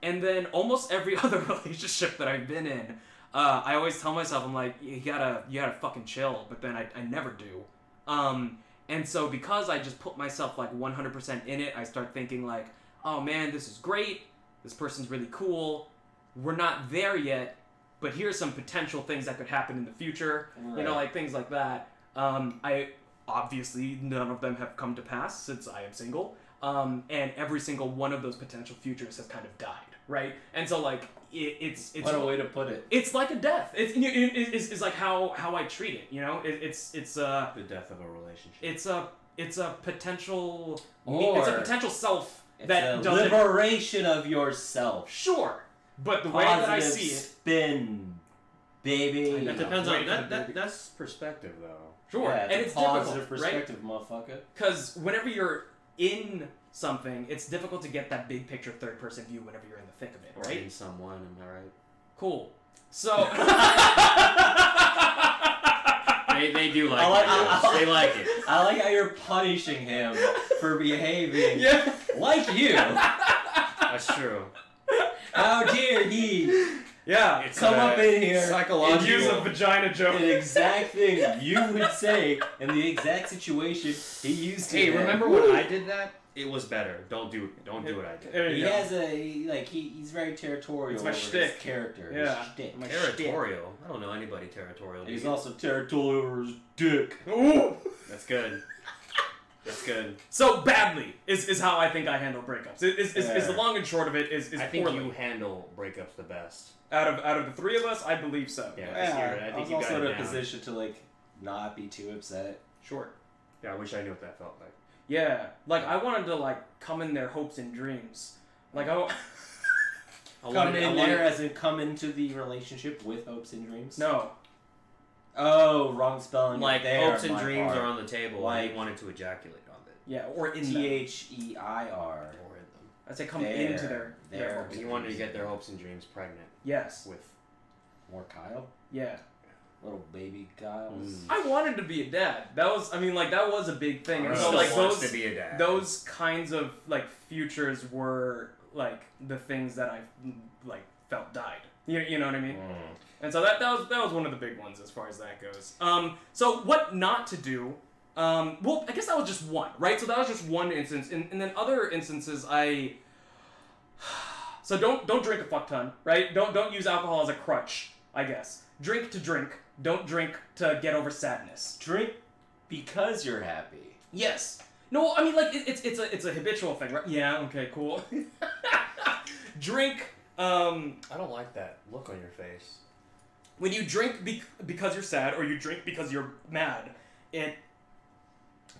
Speaker 2: and then almost every other relationship that I've been in, uh, I always tell myself, I'm like, you gotta, you gotta fucking chill, but then I, I never do. Um, and so because I just put myself like 100% in it, I start thinking like, oh man, this is great. This person's really cool. We're not there yet, but here's some potential things that could happen in the future. You know,
Speaker 3: Right.
Speaker 2: like things like that. Um, I obviously none of them have come to pass since I am single. Um, and every single one of those potential futures has kind of died, right? And so like it, it's it's
Speaker 3: what a way to put it.
Speaker 2: it's like a death. It's it, it, it's, it's like how how I treat it. You know, it, it's it's a
Speaker 3: The death of a relationship.
Speaker 2: it's a it's a potential me- it's a
Speaker 3: Or-
Speaker 2: potential self
Speaker 3: It's
Speaker 2: that
Speaker 3: a
Speaker 2: doesn't
Speaker 3: liberation of yourself.
Speaker 2: sure. But the way
Speaker 3: Positive
Speaker 2: that I see it,
Speaker 3: spin, baby.
Speaker 2: I
Speaker 5: That
Speaker 2: know.
Speaker 5: depends on
Speaker 2: Wait for
Speaker 5: that,
Speaker 2: the
Speaker 5: that.
Speaker 2: baby.
Speaker 5: That's perspective, though.
Speaker 2: sure,
Speaker 3: Yeah,
Speaker 2: and it's
Speaker 3: positive
Speaker 2: difficult, right?
Speaker 3: perspective, motherfucker.
Speaker 2: Because whenever you're in something, it's difficult to get that big picture third person view whenever you're in the thick of it,
Speaker 5: Or
Speaker 2: right?
Speaker 5: in someone, am I right?
Speaker 2: Cool. So.
Speaker 5: They, they do like,
Speaker 3: I like-
Speaker 5: it.
Speaker 3: I- I-
Speaker 5: they like it.
Speaker 3: I like how you're punishing him for behaving
Speaker 2: yeah.
Speaker 3: like you.
Speaker 4: That's true.
Speaker 3: How dare he
Speaker 2: Yeah.
Speaker 5: It's
Speaker 3: come
Speaker 5: a
Speaker 3: up in here
Speaker 2: And use a
Speaker 4: Psychological.
Speaker 2: vagina joke.
Speaker 3: an exact thing you would say in the exact situation he used to.
Speaker 4: Hey,
Speaker 3: him.
Speaker 4: remember when I did that? It was better. Don't do don't do what I did.
Speaker 2: There
Speaker 3: He
Speaker 2: you go.
Speaker 3: has a like he, he's very territorial.
Speaker 2: It's my
Speaker 3: over
Speaker 2: shtick.
Speaker 3: His character.
Speaker 2: Yeah.
Speaker 3: His shtick.
Speaker 2: My
Speaker 4: Territorial. I don't know anybody territorial.
Speaker 3: And he's
Speaker 4: dude.
Speaker 3: also territorial over his dick.
Speaker 2: Ooh.
Speaker 5: That's good. That's good.
Speaker 2: So badly is, is how I think I handle breakups. Is, is, is, is the
Speaker 3: Yeah.
Speaker 2: long and short of it is, is
Speaker 5: I think
Speaker 2: poorly.
Speaker 5: you handle breakups the best.
Speaker 2: Out of out of the three of us, I believe so.
Speaker 5: Yeah. I think you're- I think
Speaker 3: was
Speaker 5: you got
Speaker 3: also
Speaker 5: it
Speaker 3: in a
Speaker 5: down.
Speaker 3: position to like not be too upset.
Speaker 2: Sure.
Speaker 5: Yeah, I wish I knew what that felt like.
Speaker 2: Yeah. Like I wanted to like come in their hopes and dreams. Like I. wa-
Speaker 4: I
Speaker 3: Come
Speaker 4: wanted- I
Speaker 3: in
Speaker 4: wanted-
Speaker 3: there as in come into the relationship with hopes and dreams.
Speaker 2: No.
Speaker 3: Oh, wrong spelling.
Speaker 4: like
Speaker 3: there,
Speaker 4: hopes and
Speaker 3: my
Speaker 4: dreams
Speaker 3: part.
Speaker 4: are on the table.
Speaker 3: Like-
Speaker 4: I wanted to ejaculate on it
Speaker 2: Yeah. Or in
Speaker 3: T
Speaker 2: them.
Speaker 3: H E I
Speaker 5: Or
Speaker 3: R.
Speaker 5: in them.
Speaker 2: I say come
Speaker 3: There.
Speaker 2: into their their
Speaker 3: There.
Speaker 2: hopes.
Speaker 5: You wanted to get their hopes and dreams pregnant
Speaker 2: Yes.
Speaker 5: with.
Speaker 3: More Kyle,
Speaker 2: Yeah.
Speaker 3: little baby Kyle's.
Speaker 5: Mm.
Speaker 2: I wanted to be a dad. That was I mean like that was a big thing. And
Speaker 5: Who
Speaker 2: so
Speaker 5: still
Speaker 2: like
Speaker 5: wants
Speaker 2: those
Speaker 5: to be a dad.
Speaker 2: those kinds of like futures were like the things that I like felt died. You, you know what I mean?
Speaker 3: Mm.
Speaker 2: And so that, that was that was one of the big ones as far as that goes. Um, so what not to do? Um, well, I guess that was just one, right? So that was just one instance, and, and then other instances I. So don't don't drink a fuck ton, right? Don't don't use alcohol as a crutch. I guess drink to drink. Don't drink to get over sadness.
Speaker 3: Drink because you're happy.
Speaker 2: Yes. No, I mean like it, it's it's a it's a habitual thing, right? Yeah. Okay. Cool. drink. Um,
Speaker 5: I don't like that look on your face.
Speaker 2: when you drink be- because you're sad or you drink because you're mad, it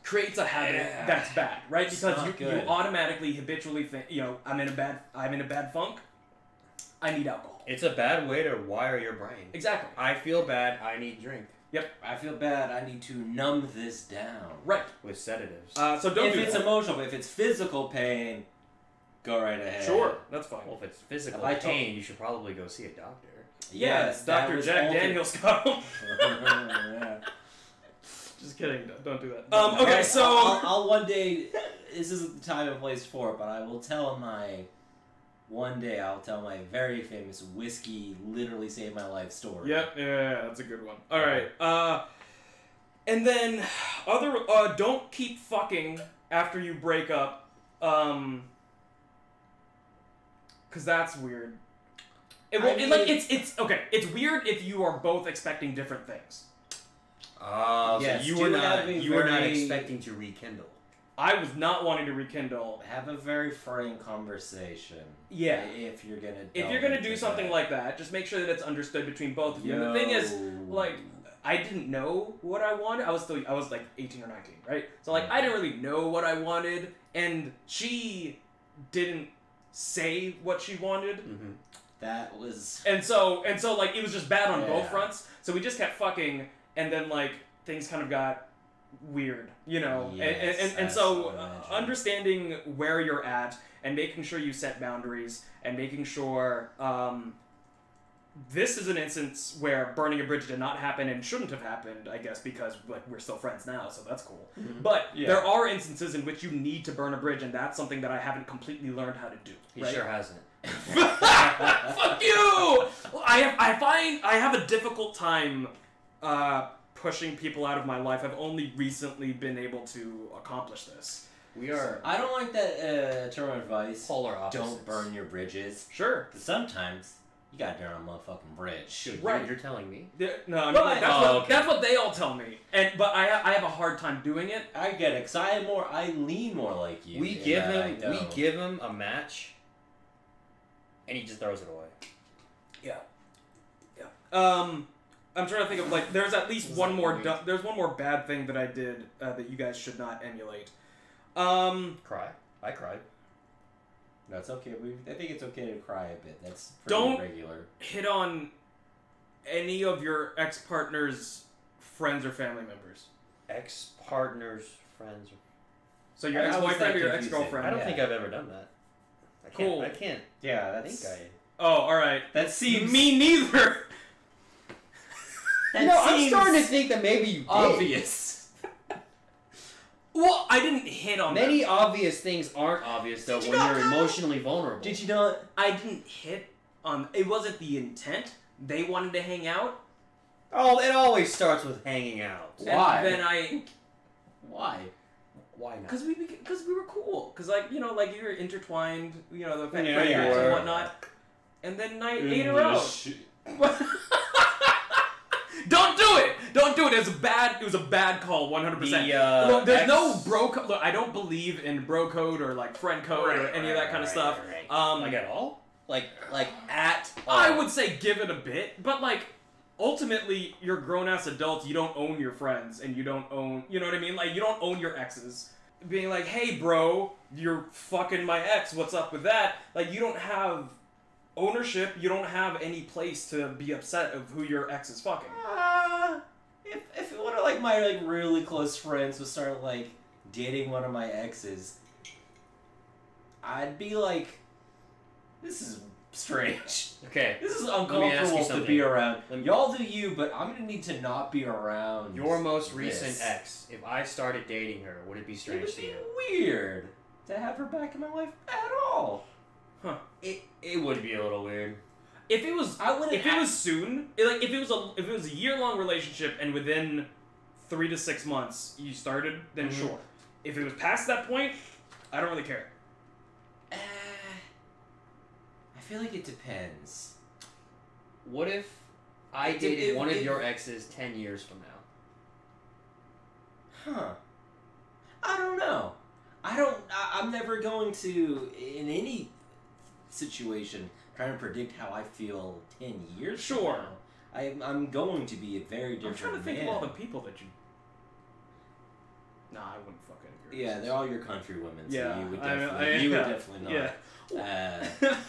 Speaker 2: creates a habit
Speaker 5: Yeah.
Speaker 2: that's bad, right?
Speaker 3: It's
Speaker 2: Because
Speaker 3: not
Speaker 2: you, you
Speaker 3: good.
Speaker 2: automatically habitually think, you know, I'm in a bad I'm in a bad funk. I need alcohol.
Speaker 4: It's a bad way to wire your brain.
Speaker 2: Exactly.
Speaker 4: I feel bad. I need drink
Speaker 3: I feel bad. I need to numb this down.
Speaker 2: Right.
Speaker 5: With sedatives.
Speaker 2: Uh, so don't
Speaker 3: if
Speaker 2: do
Speaker 3: it's
Speaker 2: that.
Speaker 3: emotional, but if it's physical pain, go right ahead.
Speaker 2: sure, that's fine.
Speaker 5: well, if it's physical
Speaker 3: If I told-
Speaker 5: pain, you should probably go see a doctor.
Speaker 2: yes, Dr. Jack
Speaker 3: Daniels.
Speaker 2: Daniel Scott. Just kidding. Don't, don't do that. Um, okay, so
Speaker 3: I'll, I'll one day. This isn't the time and place for it, but I will tell my. One day I'll tell my very famous whiskey literally saved my life story.
Speaker 2: Yep, yeah, yeah, yeah, that's a good one. All right. Uh, and then other uh, don't keep fucking after you break up, um, because that's weird. It, will,
Speaker 3: I
Speaker 2: it, like
Speaker 3: mean-
Speaker 2: it's it's okay. It's weird if you are both expecting different things.
Speaker 4: Oh,
Speaker 3: Yes,
Speaker 4: so you
Speaker 3: do
Speaker 4: were
Speaker 3: have
Speaker 4: not
Speaker 3: a
Speaker 4: you were not
Speaker 3: very-
Speaker 4: expecting to rekindle.
Speaker 2: I was not wanting to rekindle.
Speaker 3: Have a very frank conversation.
Speaker 2: Yeah.
Speaker 3: If you're gonna.
Speaker 2: If
Speaker 3: delve
Speaker 2: you're gonna
Speaker 3: into
Speaker 2: do something
Speaker 3: that.
Speaker 2: like that, just make sure that it's understood between both of you. And the thing is, like I didn't know what I wanted. I was still I was like 18 or 19, right? So like I didn't really know what I wanted and she didn't say what she wanted.
Speaker 5: Mm-hmm.
Speaker 3: That was
Speaker 2: And so and so like it was just bad on both
Speaker 3: Yeah.
Speaker 2: fronts. So we just kept fucking and then like things kind of got weird, you know. And- and
Speaker 3: Yes,
Speaker 2: and, and
Speaker 3: I
Speaker 2: so
Speaker 3: so imagine.
Speaker 2: uh, understanding where you're at and making sure you set boundaries and making sure um this is an instance where burning a bridge did not happen and shouldn't have happened, I guess, because like we're still friends now, so that's cool.
Speaker 3: Mm-hmm.
Speaker 2: But
Speaker 5: Yeah.
Speaker 2: there are instances in which you need to burn a bridge, and that's something that I haven't completely learned how to do.
Speaker 4: He
Speaker 2: right?
Speaker 4: sure hasn't.
Speaker 2: Fuck you! I have, I find I have a difficult time uh, pushing people out of my life. I've only recently been able to accomplish this.
Speaker 5: We are.
Speaker 3: I don't like that uh, term of advice.
Speaker 4: Polar opposites.
Speaker 3: Don't burn your bridges.
Speaker 2: Sure.
Speaker 3: 'Cause sometimes you gotta burn a motherfucking bridge.
Speaker 4: Dude,
Speaker 2: Right.
Speaker 4: You're telling me.
Speaker 2: Yeah, No, I mean,
Speaker 3: But-
Speaker 2: like, that's,
Speaker 3: Oh,
Speaker 2: what,
Speaker 3: okay.
Speaker 2: that's what they all tell me. And but I I have a hard time doing it.
Speaker 3: I get it, cause I am more, I lean more like you.
Speaker 4: we
Speaker 3: in
Speaker 4: give
Speaker 3: that I
Speaker 4: him. We
Speaker 3: don't.
Speaker 4: give him a match, and he just throws it away.
Speaker 2: Um, I'm trying to think of like there's at least
Speaker 5: It's
Speaker 2: one
Speaker 5: like
Speaker 2: more
Speaker 5: weird.
Speaker 2: du- there's one more bad thing that I did uh, that you guys should not emulate. Um,
Speaker 4: Cry. I cried.
Speaker 3: No, it's okay. We, I think it's okay to cry a bit. That's pretty
Speaker 2: Don't-
Speaker 3: regular.
Speaker 2: hit on any of your ex partner's friends or family members.
Speaker 4: Ex partners, friends.
Speaker 2: So your
Speaker 3: I- I
Speaker 2: ex
Speaker 3: was
Speaker 2: boyfriend or
Speaker 3: that
Speaker 2: your ex
Speaker 3: confused.
Speaker 4: I
Speaker 2: girlfriend?
Speaker 4: don't
Speaker 3: Yeah.
Speaker 4: think I've ever done that. I can't.
Speaker 2: Cool.
Speaker 4: I can't.
Speaker 3: Yeah,
Speaker 4: I think I.
Speaker 2: Oh, all right.
Speaker 3: That seems
Speaker 2: Me neither.
Speaker 3: That
Speaker 4: no, I'm
Speaker 3: seems
Speaker 4: starting to think that maybe you did.
Speaker 3: obvious.
Speaker 2: Well, I didn't hit on
Speaker 4: Many
Speaker 2: them.
Speaker 4: obvious things aren't obvious though
Speaker 2: Did you
Speaker 4: when
Speaker 2: not
Speaker 4: you're
Speaker 2: know?
Speaker 4: emotionally vulnerable.
Speaker 3: Did you not?
Speaker 2: I didn't hit on. It wasn't the intent. They wanted to hang out,
Speaker 4: Oh, it always starts with hanging out.
Speaker 3: Why?
Speaker 2: and then I,
Speaker 3: Why?
Speaker 5: Why not?
Speaker 2: because we, because we were cool, because like you know, like you were intertwined, you know, the fa-
Speaker 5: Yeah,
Speaker 2: friend
Speaker 5: you
Speaker 2: groups and
Speaker 5: were.
Speaker 2: whatnot. And then I ate her out.
Speaker 4: Mm,
Speaker 2: Don't do it! Don't do it. It was a bad. It was a bad call. One hundred percent.
Speaker 4: The, uh,
Speaker 2: Look, there's no
Speaker 4: ex-
Speaker 2: bro. Co- look, I don't believe in bro code or like friend code or
Speaker 4: Right,
Speaker 2: any of
Speaker 4: right,
Speaker 2: that kind
Speaker 4: right,
Speaker 2: of stuff.
Speaker 4: right.
Speaker 2: Um,
Speaker 4: like at all? Like like at all.
Speaker 2: I would say give it a bit, but like ultimately, you're grown ass adults. You don't own your friends, and you don't own. You know what I mean? Like you don't own your exes. Being like, hey, bro, you're fucking my ex. What's up with that? Like you don't have ownership. You don't have any place to be upset of who your ex is fucking.
Speaker 3: Uh, if if one of like my like really close friends would start like dating one of my exes, I'd be like, this is strange.
Speaker 4: Okay.
Speaker 3: This is
Speaker 4: me ask you
Speaker 3: uncomfortable to
Speaker 4: something.
Speaker 3: be around.
Speaker 4: Let me-
Speaker 3: Y'all do you, but I'm gonna need to not be around.
Speaker 5: Your most recent
Speaker 3: This.
Speaker 5: ex. If I started dating her, would it be
Speaker 3: It
Speaker 5: strange
Speaker 3: would
Speaker 5: to
Speaker 3: be
Speaker 5: you?
Speaker 3: weird to have her back in my life at all.
Speaker 4: It it would be a little weird.
Speaker 2: If it was
Speaker 3: I wouldn't.
Speaker 2: if it was soon, it- like if it was a if it was a year long relationship and within three to six months you started, then
Speaker 4: Mhm.
Speaker 2: sure. If it was past that point, I don't really care.
Speaker 3: Uh, I feel like it depends.
Speaker 5: What if I
Speaker 3: It-
Speaker 5: dated
Speaker 3: it-
Speaker 5: one
Speaker 3: it-
Speaker 5: of your exes ten years from now?
Speaker 3: Huh. I don't know. I don't. I, I'm never going to in any situation trying to predict how I feel ten years. from
Speaker 2: Sure.
Speaker 3: now. I, I'm going to be a very
Speaker 2: I'm
Speaker 3: different.
Speaker 2: trying to think
Speaker 3: man.
Speaker 2: of all the people that you. Nah, I wouldn't fucking agree.
Speaker 3: Yeah, they're all your country women, so
Speaker 2: Yeah,
Speaker 3: you would
Speaker 2: I-
Speaker 3: definitely,
Speaker 2: I-
Speaker 3: you would
Speaker 2: yeah.
Speaker 3: definitely
Speaker 2: Yeah.
Speaker 3: not. Uh,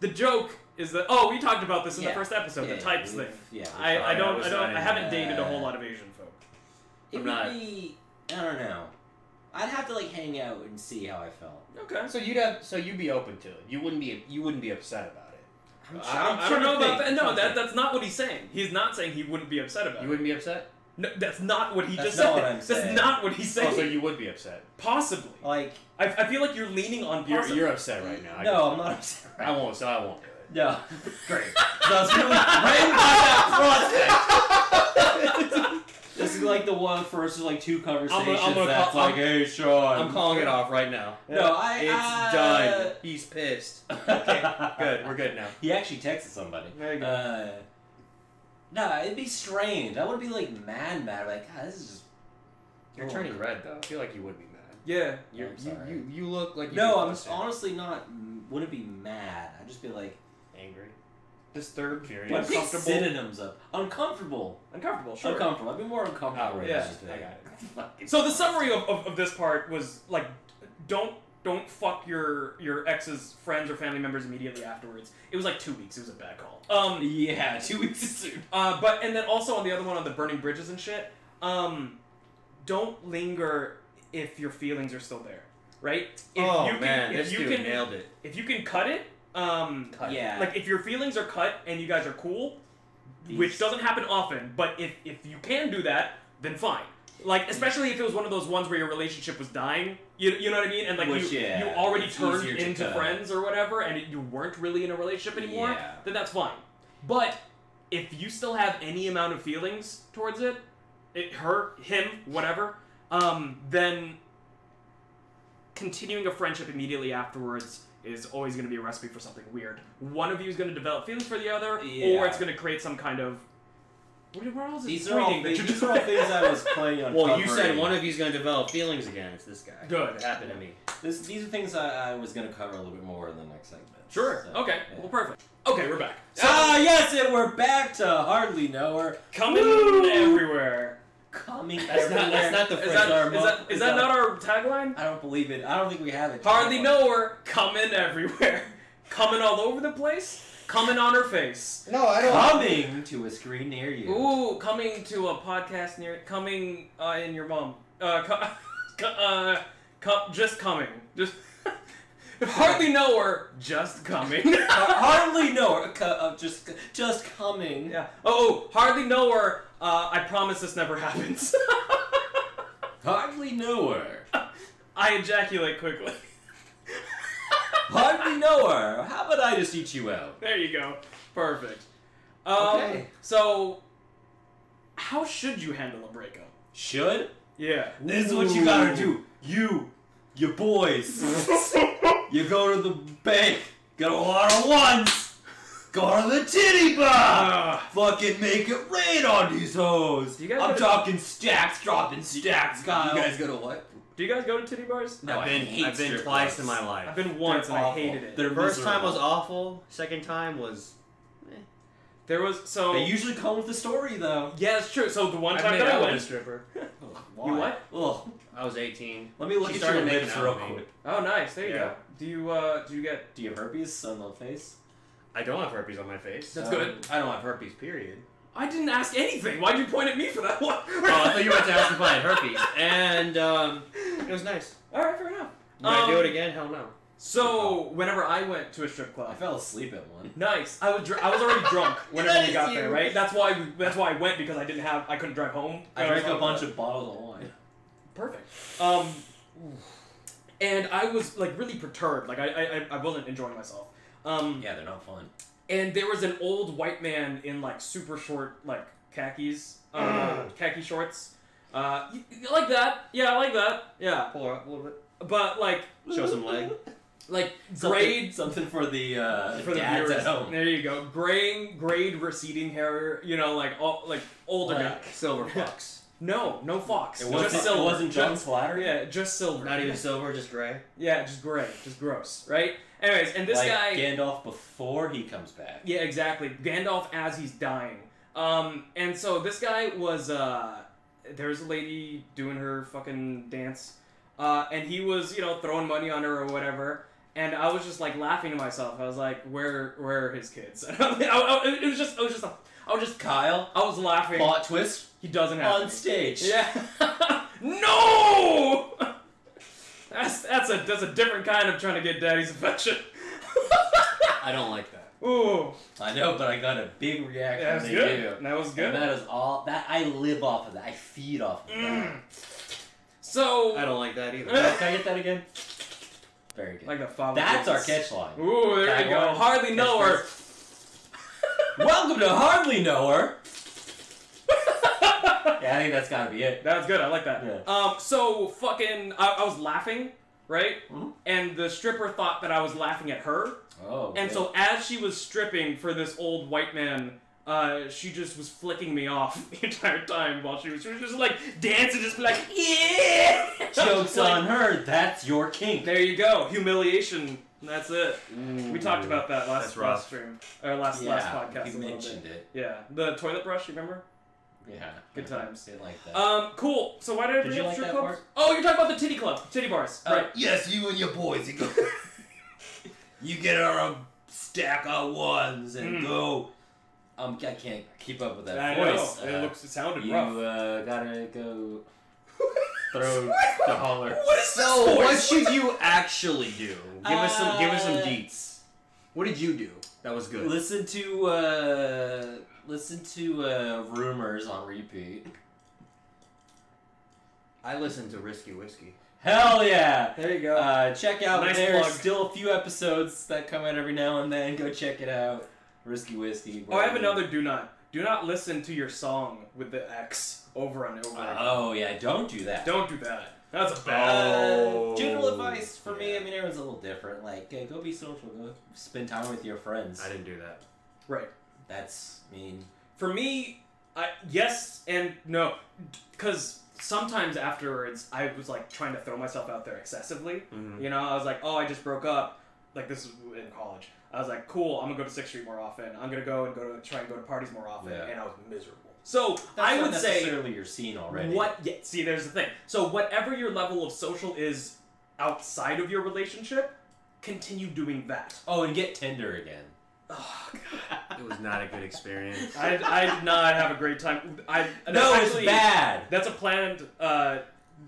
Speaker 2: the joke is that oh we talked about this in the
Speaker 3: Yeah.
Speaker 2: first episode
Speaker 3: uh, yeah,
Speaker 2: the types
Speaker 3: we've-
Speaker 2: thing.
Speaker 3: Yeah, we've
Speaker 2: I, I
Speaker 3: talked
Speaker 2: don't
Speaker 3: about
Speaker 2: I
Speaker 3: it.
Speaker 2: don't I haven't
Speaker 3: Uh,
Speaker 2: dated a whole lot of Asian folk.
Speaker 3: It
Speaker 5: I'm
Speaker 3: would
Speaker 5: not-
Speaker 3: be. I don't know. I'd have to like hang out and see how I felt.
Speaker 2: Okay.
Speaker 5: So you'd have. So you'd be open to it. You wouldn't be. You wouldn't be upset about it. I
Speaker 3: I'm tr-
Speaker 2: I
Speaker 3: I'm
Speaker 2: don't, I
Speaker 3: trying
Speaker 2: don't
Speaker 3: to
Speaker 2: know about
Speaker 3: think.
Speaker 2: that. No,
Speaker 3: I'm trying
Speaker 2: that,
Speaker 3: to
Speaker 2: that's not what he's saying. He's not saying he wouldn't be upset about
Speaker 5: You
Speaker 2: it.
Speaker 5: wouldn't be upset.
Speaker 2: No, that's not what he
Speaker 3: That's
Speaker 2: just
Speaker 3: not
Speaker 2: said.
Speaker 3: what I'm
Speaker 2: That's
Speaker 3: saying.
Speaker 2: not what he said.
Speaker 5: Oh, so you would be upset.
Speaker 2: you... Possibly.
Speaker 3: think. like
Speaker 2: I, I feel like you're leaning on
Speaker 5: You're,
Speaker 2: possibly.
Speaker 5: you're upset right now. I
Speaker 3: no,
Speaker 5: can-
Speaker 3: I'm not upset.
Speaker 5: I won't. So I won't do it.
Speaker 3: No. Great. That's really right This is like the one first of like two conversations
Speaker 4: I'm gonna
Speaker 3: that's
Speaker 4: call-
Speaker 3: like, hey, Sean.
Speaker 4: I'm calling it off right now.
Speaker 3: No, I.
Speaker 5: It's
Speaker 3: uh,
Speaker 5: done. He's pissed.
Speaker 3: okay.
Speaker 5: Good. We're good now.
Speaker 3: He actually texted somebody.
Speaker 2: There you go.
Speaker 3: Uh, no, it'd be strange. I would be like mad, mad. Like, God, this is just.
Speaker 5: You're
Speaker 3: Oh,
Speaker 5: turning red though. I feel like you would be mad.
Speaker 2: Yeah.
Speaker 5: You're,
Speaker 3: I'm
Speaker 5: you,
Speaker 3: sorry.
Speaker 5: you you look like you
Speaker 3: No, I'm
Speaker 5: just
Speaker 3: honestly not. Wouldn't be mad. I'd just be like,
Speaker 5: angry, disturbed,
Speaker 2: But
Speaker 5: curious.
Speaker 3: pick
Speaker 2: uncomfortable?
Speaker 3: synonyms up. Uncomfortable.
Speaker 2: Uncomfortable, sure.
Speaker 3: Uncomfortable. I'd be more uncomfortable.
Speaker 5: Oh,
Speaker 3: with
Speaker 2: yeah,
Speaker 3: this
Speaker 5: I
Speaker 3: thing.
Speaker 5: got it.
Speaker 3: Fucking-
Speaker 2: So the summary of, of, of this part was like, don't don't fuck your your ex's friends or family members immediately afterwards. It was like two weeks. It was a bad call. Um,
Speaker 3: Yeah, two weeks is soon.
Speaker 2: uh, but and then also on the other one on the burning bridges and shit. Um, don't linger if your feelings are still there, right? If
Speaker 4: oh
Speaker 2: you can,
Speaker 4: man,
Speaker 2: if
Speaker 4: this
Speaker 2: you
Speaker 4: dude
Speaker 2: can,
Speaker 4: nailed it.
Speaker 2: if you can cut it, um,
Speaker 4: Cut.
Speaker 3: Yeah.
Speaker 2: like if your feelings are cut and you guys are cool,
Speaker 3: These-
Speaker 2: which doesn't happen often, but if if you can do that, then fine. Like especially if it was one of those ones where your relationship was dying, you, you know what I mean, and like
Speaker 3: Which,
Speaker 2: you
Speaker 3: yeah,
Speaker 2: you already
Speaker 3: it's
Speaker 2: turned
Speaker 3: easier to
Speaker 2: into
Speaker 3: cut.
Speaker 2: friends or whatever, and it, you weren't really in a relationship anymore,
Speaker 3: Yeah.
Speaker 2: then that's fine. But if you still have any amount of feelings towards it, it her him whatever, um, then continuing a friendship immediately afterwards is always going to be a recipe for something weird. One of you is going to develop feelings for the other,
Speaker 3: Yeah.
Speaker 2: or it's going to create some kind of. Where, where else is
Speaker 3: These are all
Speaker 2: pointing that
Speaker 3: things,
Speaker 2: you're
Speaker 3: these are all things I was playing on.
Speaker 4: Well, you said one of you's going to develop feelings again. It's this guy.
Speaker 2: Good.
Speaker 4: It happened to me.
Speaker 3: This, these are things I, I was going to cover a little bit more in the next segment.
Speaker 2: Sure.
Speaker 3: So,
Speaker 2: Okay.
Speaker 3: yeah.
Speaker 2: Well, perfect. Okay, we're back. So,
Speaker 3: ah, yes, and we're back to hardly know her.
Speaker 2: coming
Speaker 3: Woo!
Speaker 2: everywhere.
Speaker 3: Coming
Speaker 4: That's not- that's
Speaker 3: everywhere.
Speaker 4: not the
Speaker 2: Is
Speaker 4: phrase.
Speaker 2: that,
Speaker 3: our
Speaker 2: is, that,
Speaker 3: month-
Speaker 2: is that not our tagline?
Speaker 3: I don't believe it. I don't think we have it.
Speaker 2: Hardly know her, coming everywhere. Coming all over the place, coming on her face.
Speaker 5: No, I don't.
Speaker 3: Coming to a screen near you.
Speaker 2: Ooh, coming to a podcast near, coming uh, in your mom. Uh, co- co- uh, co- just coming. Just hardly know her, just coming.
Speaker 3: Uh, hardly know her. Co- uh, just, just coming.
Speaker 2: yeah. Oh, oh, hardly know her. Uh, I promise this never happens.
Speaker 3: Hardly know her.
Speaker 2: I ejaculate quickly.
Speaker 3: Hardly know her. How about I just eat you out?
Speaker 2: There you go. Perfect. Um,
Speaker 3: Okay.
Speaker 2: So, how should you handle a breakup?
Speaker 3: Should?
Speaker 2: Yeah.
Speaker 3: This is what you gotta do. You, your boys, you go to the bank, go to water once, go to the titty bar.
Speaker 2: Ah.
Speaker 3: Fucking make it rain on these hoes.
Speaker 2: You guys
Speaker 3: I'm
Speaker 2: gotta-
Speaker 3: talking stacks, dropping stacks, Kyle.
Speaker 5: go to what?
Speaker 2: do you guys go to titty bars?
Speaker 3: No, I
Speaker 4: I've been
Speaker 3: hate
Speaker 4: I've been
Speaker 3: strip
Speaker 4: twice
Speaker 3: clubs.
Speaker 4: in my life.
Speaker 2: I've been once
Speaker 3: They're
Speaker 2: and I
Speaker 3: awful.
Speaker 2: hated it.
Speaker 3: They're
Speaker 4: First time was
Speaker 3: miserable.
Speaker 4: awful. Second time was
Speaker 2: There was so
Speaker 3: They usually come with a story though.
Speaker 2: yeah, it's true. So the one
Speaker 4: I
Speaker 2: time
Speaker 4: made
Speaker 2: that I
Speaker 4: out with a
Speaker 2: went,
Speaker 4: stripper.
Speaker 2: you what?
Speaker 3: Oh,
Speaker 4: I was 18.
Speaker 3: let me look
Speaker 4: She
Speaker 3: at your
Speaker 4: started making
Speaker 3: lips
Speaker 4: out
Speaker 3: real
Speaker 4: with me.
Speaker 3: quick.
Speaker 2: Oh, nice. There you
Speaker 4: Yeah.
Speaker 2: go. Do you uh do you get?
Speaker 3: Do you have herpes on the face?
Speaker 4: I don't have herpes on my face.
Speaker 2: That's
Speaker 3: Um,
Speaker 2: good.
Speaker 4: I don't have herpes. Period.
Speaker 2: I didn't ask anything. Why'd you point at me for that one?
Speaker 4: Oh, I thought you were about to ask if I had herpes. And um, it was nice.
Speaker 2: All right, fair enough.
Speaker 4: Would I do
Speaker 2: Um,
Speaker 4: it again? Hell no.
Speaker 2: So whenever I went to a strip
Speaker 3: Um, I
Speaker 2: club,
Speaker 3: fell asleep at one.
Speaker 2: Nice. I was dr- I was already drunk whenever
Speaker 4: That
Speaker 2: we
Speaker 4: is
Speaker 2: got there,
Speaker 4: you.
Speaker 2: right? That's why we, that's why I went because I didn't have I couldn't drive home.
Speaker 3: I
Speaker 2: was
Speaker 3: drank a
Speaker 2: like,
Speaker 3: bunch of bottles of wine.
Speaker 2: perfect. Um, and I was like really perturbed. Like I I, I wasn't enjoying myself. Um,
Speaker 3: Yeah, they're not fun.
Speaker 2: and there was an old white man in like super short like khakis, uh,
Speaker 3: Mm.
Speaker 2: khaki shorts. Uh, y- y- like that. Yeah, I like that. Yeah,
Speaker 4: Pull her up a little bit.
Speaker 2: but like
Speaker 4: Show some leg.
Speaker 2: like grade
Speaker 3: Grade something for the uh,
Speaker 2: for the
Speaker 3: dads
Speaker 2: viewers.
Speaker 3: at home.
Speaker 2: There you go. Graying, grade, receding hair. You know, like all like older guy.
Speaker 3: Like,
Speaker 4: Silver fox.
Speaker 2: No, no fox.
Speaker 3: It wasn't,
Speaker 2: just
Speaker 3: it
Speaker 2: silver.
Speaker 3: wasn't John
Speaker 2: Just-
Speaker 3: Slatter.
Speaker 2: Yeah, just silver. e-
Speaker 4: Not even silver, just gray.
Speaker 2: Yeah, just gray, just gross, right? Anyways, and this
Speaker 3: like
Speaker 2: guy.
Speaker 3: Gandalf before he comes back.
Speaker 2: Yeah, exactly. Gandalf as he's dying. Um, and so this guy was uh, there was a lady doing her fucking dance, uh, and he was you know throwing money on her or whatever. And I was just like laughing to myself. I was like, "Where, where are his kids?" I, I- it was just, I was just, I was just,
Speaker 3: Oh, Kyle
Speaker 2: I was laughing.
Speaker 3: plot twist
Speaker 2: He doesn't have
Speaker 3: on
Speaker 2: kids.
Speaker 3: stage.
Speaker 2: Yeah. no. That's that's a that's a different kind of trying to get daddy's affection.
Speaker 4: I don't like that.
Speaker 2: Ooh,
Speaker 3: I know, but I got a big reaction.
Speaker 2: that was
Speaker 3: they
Speaker 2: good. That was
Speaker 3: do. And
Speaker 2: good.
Speaker 3: that is all. That I live off of that. I feed off of
Speaker 2: Mm.
Speaker 3: that.
Speaker 4: I
Speaker 2: So
Speaker 4: don't like that either.
Speaker 3: Can I get that again? Very good.
Speaker 2: like the father.
Speaker 3: That's our catchline.
Speaker 2: Ooh, there you go.
Speaker 3: Tagline.
Speaker 2: Hardly know her.
Speaker 3: Welcome to Hardly Know Her. Yeah, I think that's gotta be it.
Speaker 2: That was good. I like that.
Speaker 3: Yeah.
Speaker 2: Um, so fucking, I, I was laughing, right?
Speaker 3: Mhm.
Speaker 2: And the stripper thought that I was laughing at her.
Speaker 3: Oh.
Speaker 2: And
Speaker 3: good.
Speaker 2: so as she was stripping for this old white man, uh, she just was flicking me off the entire time while she was, she was just like dancing, just like yeah. I was
Speaker 3: Jokes
Speaker 2: like,
Speaker 3: on her. That's your kink.
Speaker 2: There you go, humiliation. That's it. We talked about that last
Speaker 4: That's rough.
Speaker 2: last stream or last
Speaker 3: Mm, yeah,
Speaker 2: last podcast.
Speaker 3: you
Speaker 2: a little bit.
Speaker 3: mentioned it.
Speaker 2: Yeah, the toilet brush. You remember?
Speaker 3: Yeah.
Speaker 2: Good times.
Speaker 3: It like that.
Speaker 2: Um, cool. So why did I
Speaker 3: Did
Speaker 2: bring
Speaker 3: you
Speaker 2: up
Speaker 3: like
Speaker 2: strip
Speaker 3: that
Speaker 2: clubs? Oh, you're talking about the titty club, titty bars,
Speaker 3: Uh,
Speaker 2: right?
Speaker 3: Yes, you and your boys. You, go, you get her a stack of ones and
Speaker 2: Mm.
Speaker 3: go. Um, I can't keep up with that
Speaker 2: I
Speaker 3: voice.
Speaker 2: know.
Speaker 3: Uh,
Speaker 2: it looks it sounded
Speaker 3: you
Speaker 2: rough.
Speaker 3: uh, gotta go.
Speaker 5: Throw the holler.
Speaker 2: What is this
Speaker 4: So, what
Speaker 2: voice?
Speaker 4: should you actually do? Give us some. Give us some
Speaker 3: Uh,
Speaker 4: deets. What did you do? That was good.
Speaker 3: Listen to uh, listen to uh, rumors on repeat.
Speaker 4: I listened to Risky Whiskey.
Speaker 3: Hell yeah!
Speaker 4: There you go.
Speaker 3: Uh, check out
Speaker 2: Nice
Speaker 3: there's
Speaker 2: plug.
Speaker 3: still a few episodes that come out every now and then. Go check it out. Risky whiskey.
Speaker 2: Oh, I have another do not. Do not listen to your song with the X over and over. again.
Speaker 3: Oh yeah, don't do that.
Speaker 2: Don't do that. That's a bad.
Speaker 3: Uh,
Speaker 5: Oh,
Speaker 3: general advice for me,
Speaker 4: yeah.
Speaker 3: I mean, everyone's a little different. Like, uh, go be social, go spend time with your friends.
Speaker 4: I didn't do that.
Speaker 2: Right.
Speaker 3: That's mean.
Speaker 2: For me, I yes and no, because sometimes afterwards I was like trying to throw myself out there excessively.
Speaker 4: Mm-hmm.
Speaker 2: You know, I was like, oh, I just broke up. Like this is in college. I was like, cool. I'm gonna go to Sixth Street more often. I'm gonna go and go to try and go to parties more often.
Speaker 3: Yeah.
Speaker 2: And I was miserable. So I
Speaker 3: That's
Speaker 2: would
Speaker 3: not
Speaker 2: say
Speaker 3: necessarily your scene already.
Speaker 2: what? Yeah, see, there's the thing. So whatever your level of social is outside of your relationship, continue doing that.
Speaker 3: Oh, and get Tinder again.
Speaker 2: Oh God.
Speaker 4: It was not a good experience.
Speaker 2: I, I did not have a great time. I
Speaker 3: no,
Speaker 2: actually,
Speaker 3: it's bad.
Speaker 2: That's a planned uh,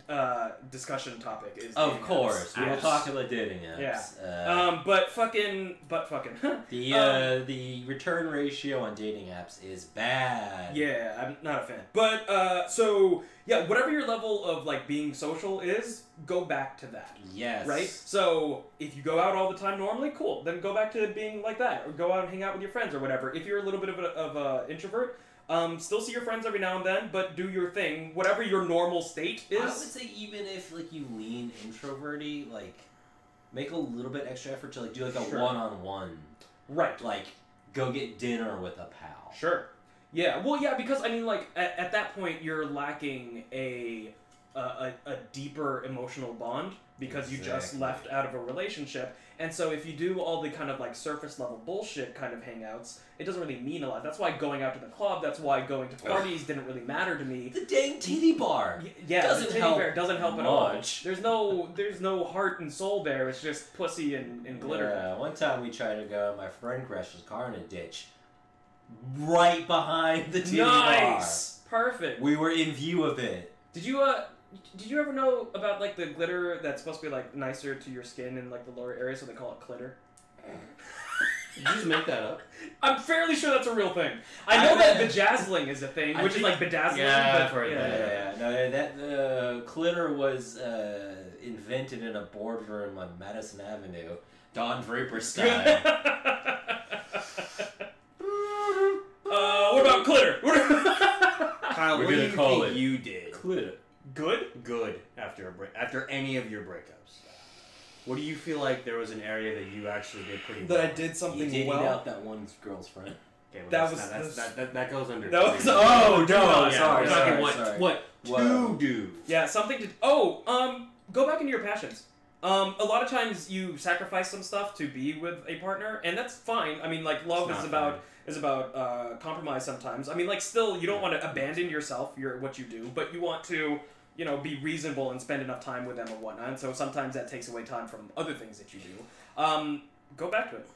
Speaker 2: uh, discussion topic. Is
Speaker 3: Of
Speaker 2: dating apps.
Speaker 3: course, we will
Speaker 4: Yes.
Speaker 3: talk about dating apps. Uh,
Speaker 2: Um, but fucking, but fucking. um,
Speaker 3: the uh, the return ratio on dating apps is bad.
Speaker 2: Yeah, I'm not a fan. But uh, so yeah, whatever your level of like being social is, go back to that.
Speaker 3: Yes.
Speaker 2: Right? So if you go out all the time normally, cool. Then go back to being like that, or go out and hang out with your friends or whatever. If you're a little bit of a, of a introvert, um, still see your friends every now and then, but do your thing, whatever your normal state
Speaker 3: I would
Speaker 2: is.
Speaker 3: say even if like you lean introverty, like make a little bit extra effort to like do like a
Speaker 2: Sure.
Speaker 3: one on one,
Speaker 2: Right.
Speaker 3: like go get dinner with a pal.
Speaker 2: Sure. Yeah. Well, yeah, because I mean, like at, at that point, you're lacking a a, a, a deeper emotional bond because you just
Speaker 3: Exactly.
Speaker 2: left out of a relationship, and so if you do all the kind of like surface level bullshit kind of hangouts, it doesn't really mean a lot. That's why going out to the club, that's why going to parties didn't really matter to me.
Speaker 3: The dang titty bar.
Speaker 2: Y- Yeah, the
Speaker 3: Doesn't
Speaker 2: teddy
Speaker 3: help
Speaker 2: bear doesn't help at all.
Speaker 3: much.
Speaker 2: There's no there's no heart and soul there. It's just pussy and, and glitter.
Speaker 3: Yeah, one time we tried to go, and my friend crashed his car in a ditch, right behind the titty
Speaker 2: Nice, perfect.
Speaker 3: bar. We were in view of it.
Speaker 2: Did you uh did you ever know about like the glitter that's supposed to be like nicer to your skin in like the lower area so they call it clitter?
Speaker 4: Did you just make that up?
Speaker 2: I'm fairly sure that's a real thing. I know that bedazzling is a thing,
Speaker 3: I
Speaker 2: which
Speaker 3: think-
Speaker 2: is like bedazzling,
Speaker 5: yeah,
Speaker 2: but
Speaker 5: I've heard
Speaker 2: yeah.
Speaker 5: that,
Speaker 2: yeah,
Speaker 3: Yeah, no, that the glitter was uh, invented in a boardroom on Madison Avenue, Don Draper style.
Speaker 2: uh, what about glitter?
Speaker 4: Kyle,
Speaker 5: We're gonna
Speaker 4: what do you
Speaker 5: call
Speaker 4: think
Speaker 5: it.
Speaker 4: you did
Speaker 3: Glitter.
Speaker 2: Good.
Speaker 4: good after a break, after any of your breakups? What do you feel like there was an area that you actually did pretty well?
Speaker 2: did
Speaker 3: You did well. out that one girl's friend.
Speaker 4: Okay, well,
Speaker 2: That
Speaker 4: that's
Speaker 2: was-
Speaker 4: not- that's-
Speaker 2: that's-
Speaker 4: that, that, that goes under.
Speaker 2: That was-
Speaker 3: Oh, no, sorry,
Speaker 4: we're
Speaker 2: Yeah, yeah.
Speaker 4: talking
Speaker 3: sorry,
Speaker 4: what
Speaker 3: sorry.
Speaker 4: what
Speaker 3: Whoa.
Speaker 4: two dudes.
Speaker 2: Yeah, something to. Oh, um, go back into your passions. Um, a lot of times you sacrifice some stuff to be with a partner, and that's fine. I mean, like love
Speaker 4: It's
Speaker 2: is
Speaker 4: not
Speaker 2: about is about uh, compromise sometimes. I mean, like still, you don't want to abandon yourself, your what you do, but you want to, you know, be reasonable and spend enough time with them and whatnot. And so sometimes that takes away time from other things that you do. Um, go back to it.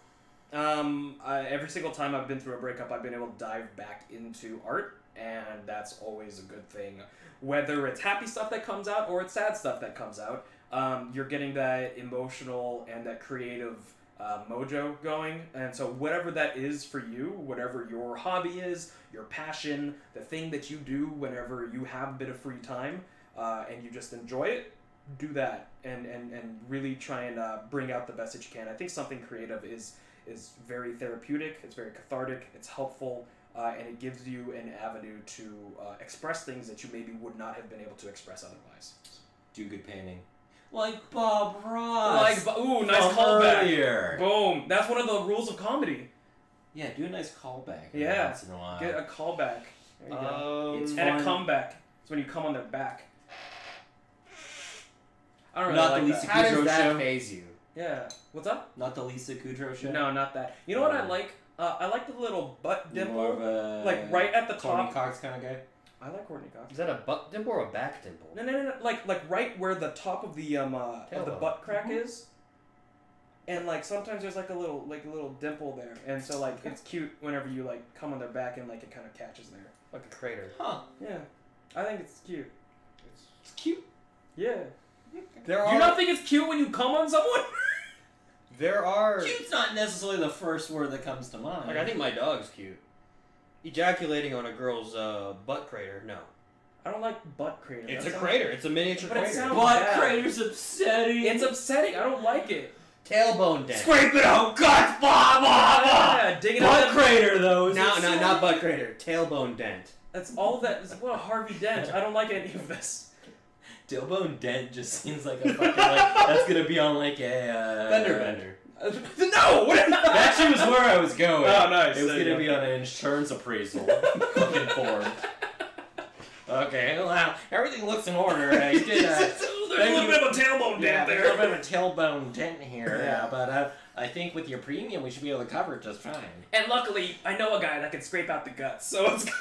Speaker 2: Um, I, every single time I've been through a breakup, I've been able to dive back into art, and that's always a good thing. Whether it's happy stuff that comes out or it's sad stuff that comes out, um, you're getting that emotional and that creative uh, mojo going. And so, whatever that is for you, whatever your hobby is, your passion, the thing that you do whenever you have a bit of free time uh, and you just enjoy it, do that and, and, and really try and uh, bring out the best that you can. I think something creative is is very therapeutic. It's very cathartic. It's helpful, uh, and it gives you an avenue to uh, express things that you maybe would not have been able to express otherwise.
Speaker 3: Do good painting. Like Bob Ross.
Speaker 2: Like, bu- ooh, nice
Speaker 3: from
Speaker 2: callback.
Speaker 3: earlier.
Speaker 2: Boom. That's one of the rules of comedy.
Speaker 3: Yeah, do a nice callback. every
Speaker 2: Yeah.
Speaker 3: Once in a while.
Speaker 2: Get a callback Um,
Speaker 4: There you go.
Speaker 3: It's
Speaker 2: and
Speaker 3: fun.
Speaker 2: a comeback. It's when you come on their back. I don't really
Speaker 3: Not
Speaker 2: like
Speaker 3: the least
Speaker 2: that.
Speaker 4: How does
Speaker 3: Cujo
Speaker 4: that
Speaker 3: show.
Speaker 4: phase you?
Speaker 2: Yeah. What's up?
Speaker 3: Not the Lisa Kudrow show.
Speaker 2: No, not that. You know what I
Speaker 3: Oh.
Speaker 2: like? Uh, I like the little butt
Speaker 3: You're More
Speaker 2: dimple,
Speaker 3: of a
Speaker 2: like right at the
Speaker 3: Tony
Speaker 2: top.
Speaker 3: Cox kind of guy.
Speaker 2: I like Courtney Cox.
Speaker 4: Is that a butt dimple or a back dimple?
Speaker 2: No, no, no, no. Like, like right where the top of the um uh, of the
Speaker 4: Tailbone.
Speaker 2: butt crack is, and like sometimes there's like a little like a little dimple there, and so like it's cute whenever you like come on their back and like it kind of catches there.
Speaker 4: Like a crater.
Speaker 3: Huh.
Speaker 2: Yeah, I think it's cute. It's cute. Yeah.
Speaker 4: There
Speaker 2: Do you not think it's cute when you come on someone?
Speaker 4: there are.
Speaker 3: Cute's not necessarily the first word that comes to mind.
Speaker 4: Like I think my dog's cute. Ejaculating on a girl's uh, butt crater? No.
Speaker 2: I don't like butt crater.
Speaker 4: It's a
Speaker 2: That sounds-
Speaker 4: crater. It's a miniature
Speaker 2: But it
Speaker 4: crater.
Speaker 2: sounds-
Speaker 3: Butt
Speaker 2: Yeah.
Speaker 3: crater's upsetting.
Speaker 2: It's upsetting. I don't like it.
Speaker 4: Tailbone dent.
Speaker 3: Scrape it out, guts, blah blah
Speaker 4: Ah!
Speaker 3: blah.
Speaker 2: Yeah, digging
Speaker 3: Butt
Speaker 2: up. the-
Speaker 3: crater though.
Speaker 4: No,
Speaker 3: is
Speaker 4: no,
Speaker 3: upsetting.
Speaker 4: not butt crater. Tailbone dent.
Speaker 2: That's all that. Is, what a Harvey Dent. I don't like any of this.
Speaker 3: Dilbone Dent just seems like a fucking like that's gonna be on like a uh,
Speaker 4: Fender bender.
Speaker 2: no. What?
Speaker 3: That shit was where I was going.
Speaker 2: Oh, nice.
Speaker 3: It was
Speaker 2: There you
Speaker 3: gonna
Speaker 2: go.
Speaker 3: be on an insurance appraisal fucking form. Okay, wow, everything looks in order. I did. Uh,
Speaker 2: There's a little bit of a tailbone
Speaker 3: yeah, there's a
Speaker 2: down there.
Speaker 3: little bit of a tailbone dent here.
Speaker 2: Yeah.
Speaker 3: Yeah, but uh, I think with your premium, we should be able to cover it just fine.
Speaker 2: And luckily, I know a guy that can scrape out the guts, so it's good.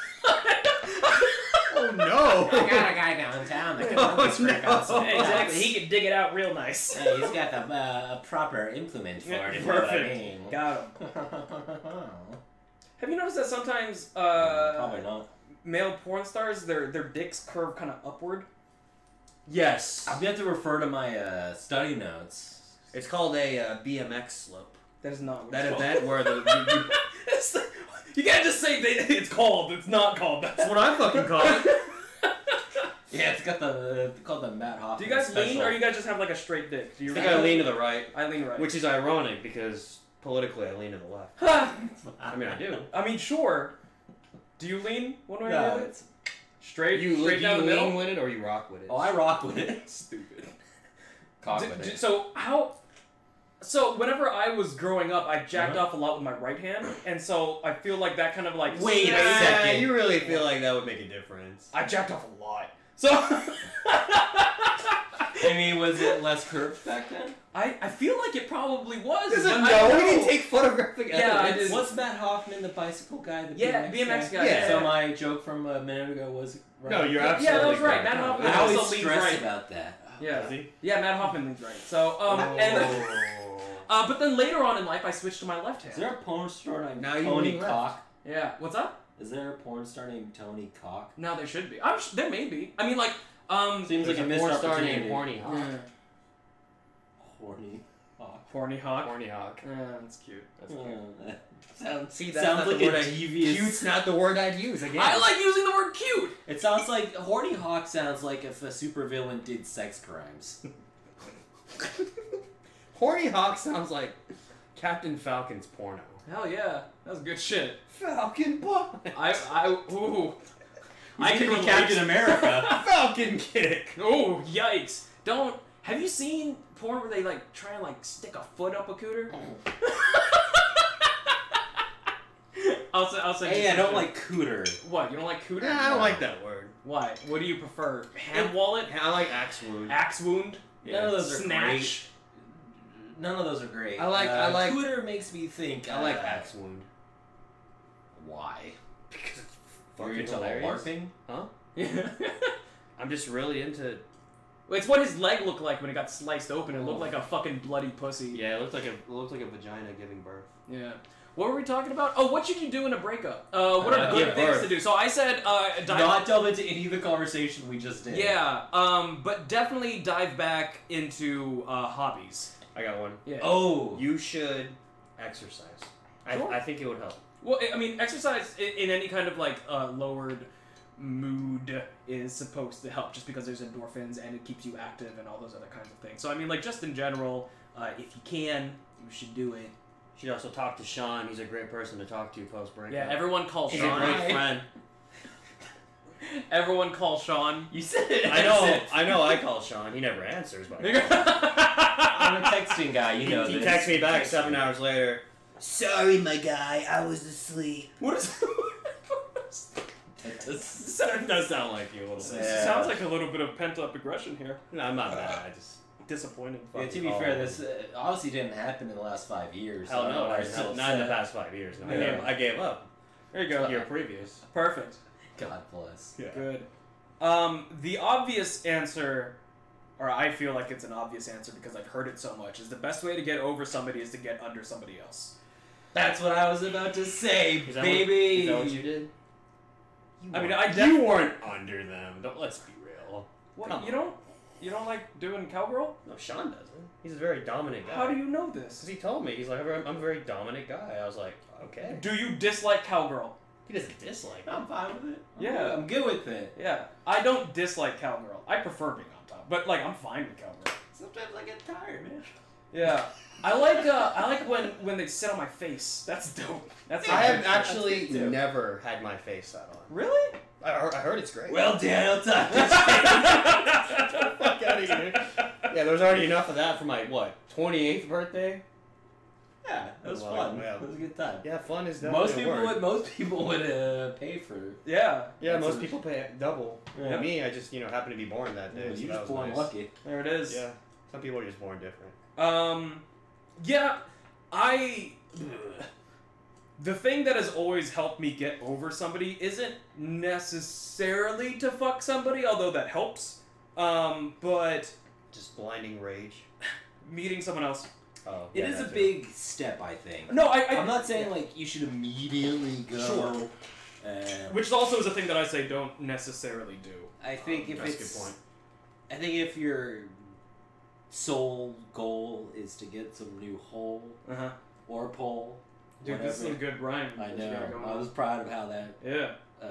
Speaker 4: Oh no!
Speaker 3: a guy downtown that
Speaker 4: can help us break out some
Speaker 2: Oh, exactly. He can dig it out real nice.
Speaker 3: Hey, he's got the uh, proper implement for it. is what I
Speaker 2: Perfect.
Speaker 3: mean.
Speaker 2: Got him. Have you noticed that sometimes uh,
Speaker 3: Probably not.
Speaker 2: male porn stars their their dicks curve kind of upward?
Speaker 4: yes.
Speaker 3: I've got to refer to my uh, study notes.
Speaker 4: It's called a uh, BMX slope.
Speaker 2: That is not what
Speaker 4: That
Speaker 2: it's
Speaker 4: event where the.
Speaker 2: called.
Speaker 4: the-
Speaker 2: It's like- you can't just say they, it's called. It's not called.
Speaker 4: That's
Speaker 2: That's
Speaker 4: what I fucking call it.
Speaker 3: Yeah, it's got the it's called the Matt Hoffman.
Speaker 2: Do you guys
Speaker 3: special.
Speaker 2: lean or you guys just have like a straight dick? Do
Speaker 4: I
Speaker 2: you
Speaker 4: think I lean to the right,
Speaker 2: I lean right.
Speaker 4: which is ironic because politically I lean to the left.
Speaker 2: Ha!
Speaker 4: I mean, I do.
Speaker 2: I mean, sure. Do you lean one way or the
Speaker 3: No,
Speaker 2: other?
Speaker 3: it's,
Speaker 2: Straight,
Speaker 4: You,
Speaker 2: straight
Speaker 4: do
Speaker 2: down
Speaker 4: you
Speaker 2: the middle.
Speaker 4: lean with it or you rock with it?
Speaker 3: oh, I rock with it.
Speaker 2: Stupid.
Speaker 3: Cock
Speaker 2: D-
Speaker 3: with
Speaker 2: d-
Speaker 3: it.
Speaker 2: so how? So whenever I was growing up, I jacked
Speaker 3: Uh-huh.
Speaker 2: off a lot with my right hand, and so I feel like that kind of like
Speaker 3: Wait a
Speaker 2: Yeah.
Speaker 3: second.
Speaker 4: You really feel like that would make a difference.
Speaker 2: I jacked off a lot. So
Speaker 3: I mean, was it less curved back then?
Speaker 2: I, I feel like it probably was.
Speaker 4: Is it
Speaker 2: but
Speaker 4: no?
Speaker 2: I
Speaker 4: We
Speaker 2: know-
Speaker 4: didn't take photographic
Speaker 2: Yeah, I
Speaker 4: evidence.
Speaker 2: did.
Speaker 3: What's Matt Hoffman, the bicycle guy? The
Speaker 2: Yeah, BMX
Speaker 3: BMX
Speaker 2: guy,
Speaker 4: yeah.
Speaker 3: So my joke from a minute ago was right.
Speaker 5: No, you're
Speaker 2: Yeah,
Speaker 5: absolutely
Speaker 2: that was right.
Speaker 5: correct.
Speaker 2: Matt
Speaker 3: I
Speaker 2: Hoffman
Speaker 3: always
Speaker 2: also leans
Speaker 3: stress
Speaker 2: right.
Speaker 3: about that.
Speaker 2: Yeah,
Speaker 5: See?
Speaker 2: yeah, Matt Hoffman leans right. So um,
Speaker 4: Oh.
Speaker 2: and uh, but then later on in life, I switched to my left hand.
Speaker 3: Is there a porn star named
Speaker 4: Now you
Speaker 3: Tony
Speaker 4: lean left.
Speaker 3: Cock?
Speaker 2: Yeah, what's up?
Speaker 3: Is there a porn star named Tony Cock?
Speaker 2: No, there should be. I'm sh- there may be. I mean, like, um,
Speaker 3: Seems like a missed
Speaker 5: porn star
Speaker 3: opportunity.
Speaker 5: named Horny Hawk.
Speaker 2: yeah.
Speaker 3: Horny Cock.
Speaker 2: horny hawk.
Speaker 5: Horny Hawk.
Speaker 2: Yeah, that's cute. That's cute.
Speaker 3: Uh, sounds
Speaker 4: See, that's
Speaker 3: sounds
Speaker 4: not the
Speaker 3: like
Speaker 4: word
Speaker 3: a
Speaker 4: I-
Speaker 3: devious.
Speaker 4: Cute's not the word I'd use again.
Speaker 2: I like using the word cute.
Speaker 3: It sounds like horny hawk sounds like if a supervillain did sex crimes.
Speaker 4: Horny Hawk sounds like
Speaker 5: Captain Falcon's porno.
Speaker 2: Hell yeah, that was good shit.
Speaker 4: Falcon Boy.
Speaker 2: I I ooh. I can relate.
Speaker 3: America.
Speaker 4: Falcon Kick.
Speaker 2: Oh yikes! Don't. Have you seen porn where they like try and like stick a foot up a cooter? I'll say. I'll say.
Speaker 3: hey, I don't like cooter.
Speaker 2: What you don't like cooter?
Speaker 4: Nah, I don't like that word.
Speaker 2: Why? What do you prefer? Hand wallet?
Speaker 4: I like axe wound.
Speaker 2: Axe wound?
Speaker 3: None of those are
Speaker 2: Snatch?
Speaker 3: great. None of those are great.
Speaker 4: I like-
Speaker 3: Uh,
Speaker 4: I like-
Speaker 3: Cooter makes me think.
Speaker 4: I like
Speaker 3: uh,
Speaker 4: axe wound.
Speaker 3: Why?
Speaker 4: Because it's
Speaker 3: You're
Speaker 4: fucking
Speaker 3: into
Speaker 4: hilarious.
Speaker 3: LARPing?
Speaker 4: I'm just really into.
Speaker 2: it's what his leg looked like when it got sliced open. It looked like a fucking bloody pussy.
Speaker 4: Yeah, it looked like a it looked like a vagina giving birth.
Speaker 2: Yeah. What were we talking about? Oh, what should you do in a breakup? Uh, what are
Speaker 3: Uh,
Speaker 2: good
Speaker 4: give
Speaker 2: things
Speaker 4: birth.
Speaker 2: to do? So I said, uh, dive.
Speaker 3: Not delve into any of the conversation we just did.
Speaker 2: yeah, um, but definitely dive back into uh, hobbies.
Speaker 4: I got one.
Speaker 2: Yeah.
Speaker 3: Oh.
Speaker 4: You should exercise. I,
Speaker 2: Sure.
Speaker 4: I think it would help.
Speaker 2: Well, I- I mean, exercise i- in any kind of like uh, lowered mood is supposed to help, just because there's endorphins and it keeps you active and all those other kinds of things. So I mean, like just in general, uh, if you can, you should do it.
Speaker 4: You should also talk to Sean. He's a great person to talk to post breakup.
Speaker 2: Yeah, everyone calls
Speaker 4: He's
Speaker 2: Sean.
Speaker 4: a great friend.
Speaker 2: Everyone call Sean.
Speaker 3: you said it.
Speaker 4: I know. I know. I call Sean. He never answers. But I call him.
Speaker 3: I'm a texting guy. You
Speaker 4: he,
Speaker 3: know
Speaker 4: he
Speaker 3: this.
Speaker 4: texts me back seven hours later. Sorry, my guy. I was asleep.
Speaker 2: What is?
Speaker 3: That does-
Speaker 4: That does sound like you a little bit.
Speaker 3: Yeah.
Speaker 2: Sounds like a little bit of pent up aggression here.
Speaker 4: No, I'm not bad. I just.
Speaker 2: Disappointed.
Speaker 3: Yeah, to be fair, this uh, obviously didn't happen in the last five years.
Speaker 4: Hell
Speaker 3: so I
Speaker 4: no,
Speaker 3: don't know why
Speaker 4: I
Speaker 3: you're so
Speaker 4: not in the
Speaker 3: upset.
Speaker 4: past five years. No, I,
Speaker 2: Yeah.
Speaker 4: gave, I gave up.
Speaker 2: There you go.
Speaker 4: Year previous.
Speaker 2: Perfect.
Speaker 3: God bless.
Speaker 4: Yeah.
Speaker 2: Good. Um, the obvious answer, or I feel like it's an obvious answer because I've heard it so much, is the best way to get over somebody is to get under somebody else.
Speaker 3: That's what I was about to say,
Speaker 4: Is that what-
Speaker 3: baby.
Speaker 4: Is that what you did?
Speaker 2: I mean, I
Speaker 4: you
Speaker 2: def-
Speaker 4: weren't under them. Don't let's be real.
Speaker 2: What
Speaker 4: Come
Speaker 2: you don't you don't like doing cowgirl?
Speaker 4: No, Sean doesn't.
Speaker 6: He's a very dominant guy.
Speaker 2: How do you know
Speaker 4: Because
Speaker 2: this?
Speaker 4: he told me he's like, I'm, I'm a very dominant guy. I was like, okay.
Speaker 2: Do you dislike cowgirl?
Speaker 4: He doesn't dislike. it.
Speaker 3: I'm fine with it. I'm
Speaker 2: Yeah.
Speaker 3: good. I'm good with it.
Speaker 2: Yeah, I don't dislike cowgirl. I prefer being on top, but like I'm fine with cowgirl.
Speaker 3: Sometimes I get tired, man.
Speaker 2: Yeah, I like uh, I like when when they sit on my face. That's dope. That's
Speaker 4: I have
Speaker 2: that's-
Speaker 4: actually
Speaker 3: that's it, too.
Speaker 4: never had my face set on.
Speaker 2: really.
Speaker 4: I, I heard it's great.
Speaker 3: Well, Dan, I'll talk to
Speaker 4: fuck outta here. yeah, there was already enough of that for my what 28th birthday.
Speaker 3: Yeah, that was
Speaker 4: Well,
Speaker 3: fun.
Speaker 4: yeah.
Speaker 3: That was a good time.
Speaker 4: Yeah, fun is definitely
Speaker 3: most
Speaker 4: a
Speaker 3: people
Speaker 4: word.
Speaker 3: would. Most people would uh, pay for.
Speaker 2: Yeah,
Speaker 4: Yeah,
Speaker 3: That's
Speaker 4: most
Speaker 3: a-
Speaker 4: people pay double.
Speaker 3: Yeah.
Speaker 4: And me, I just you know happened to be born that day. so
Speaker 3: you
Speaker 4: that
Speaker 3: just
Speaker 4: was
Speaker 3: born
Speaker 4: nice.
Speaker 3: lucky.
Speaker 2: there it is.
Speaker 4: Yeah, some people are just born different.
Speaker 2: Um, yeah, I. The thing that has always helped me get over somebody isn't necessarily to fuck somebody, although that helps. Um, but
Speaker 4: Just blinding rage.
Speaker 2: meeting someone else.
Speaker 4: Oh,
Speaker 3: It is a big step, I think.
Speaker 2: No, I. I
Speaker 3: I'm not saying like you should immediately go.
Speaker 2: Sure.
Speaker 3: Uh,
Speaker 2: Which also is a thing that I say don't necessarily do.
Speaker 3: I think if
Speaker 4: that's a
Speaker 3: it's,
Speaker 4: good point.
Speaker 3: I think if your sole goal is to get some new hole
Speaker 2: Uh huh.
Speaker 3: or pole,
Speaker 2: Dude, this is
Speaker 3: whatever,
Speaker 2: some good rhyme.
Speaker 3: I
Speaker 2: that you got
Speaker 3: know.
Speaker 2: going
Speaker 3: I
Speaker 2: on.
Speaker 3: was proud of how that
Speaker 2: Yeah.
Speaker 3: uh,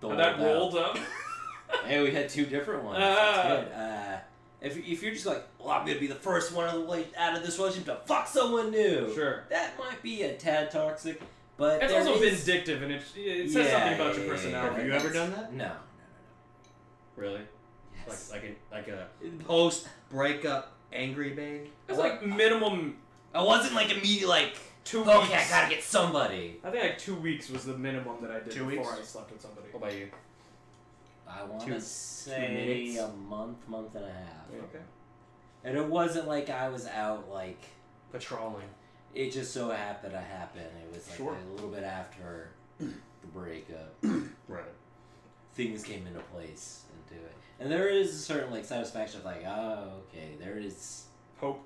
Speaker 2: How
Speaker 3: doled
Speaker 2: that
Speaker 3: out.
Speaker 2: rolled up.
Speaker 3: Hey, we had two different ones.
Speaker 2: Ah.
Speaker 3: That's good. Uh, if, if you're just like, well, I'm gonna be the first one out of, the way, out of this relationship to fuck someone new,
Speaker 2: sure.
Speaker 3: that might be a tad toxic, but
Speaker 2: It's
Speaker 3: there
Speaker 2: also
Speaker 3: is-
Speaker 2: vindictive, and it, it says
Speaker 3: Yeah,
Speaker 2: something about
Speaker 3: yeah,
Speaker 2: your
Speaker 3: yeah,
Speaker 2: personality.
Speaker 4: Have you ever done that?
Speaker 3: No, no, no,
Speaker 4: Really?
Speaker 3: no. Yes.
Speaker 4: Like like a like a
Speaker 3: It-
Speaker 4: post breakup angry babe.
Speaker 2: It's like minimum
Speaker 3: I wasn't like immediate like
Speaker 2: two
Speaker 3: okay,
Speaker 2: weeks.
Speaker 3: I gotta get somebody.
Speaker 2: I think like two weeks was the minimum that I did
Speaker 4: Two
Speaker 2: before
Speaker 4: weeks?
Speaker 2: I slept with somebody.
Speaker 4: What about you?
Speaker 3: I want
Speaker 4: Two-
Speaker 3: to say
Speaker 4: minutes.
Speaker 3: a month, month and a half.
Speaker 2: Yeah.
Speaker 4: Okay.
Speaker 3: And it wasn't like I was out like
Speaker 4: Patrolling.
Speaker 3: it just so happened to happen. It was like
Speaker 2: Sure.
Speaker 3: a little bit after the breakup.
Speaker 4: Right.
Speaker 3: Things came into place into it. And there is a certain like satisfaction of like, oh okay, there is
Speaker 2: Hope.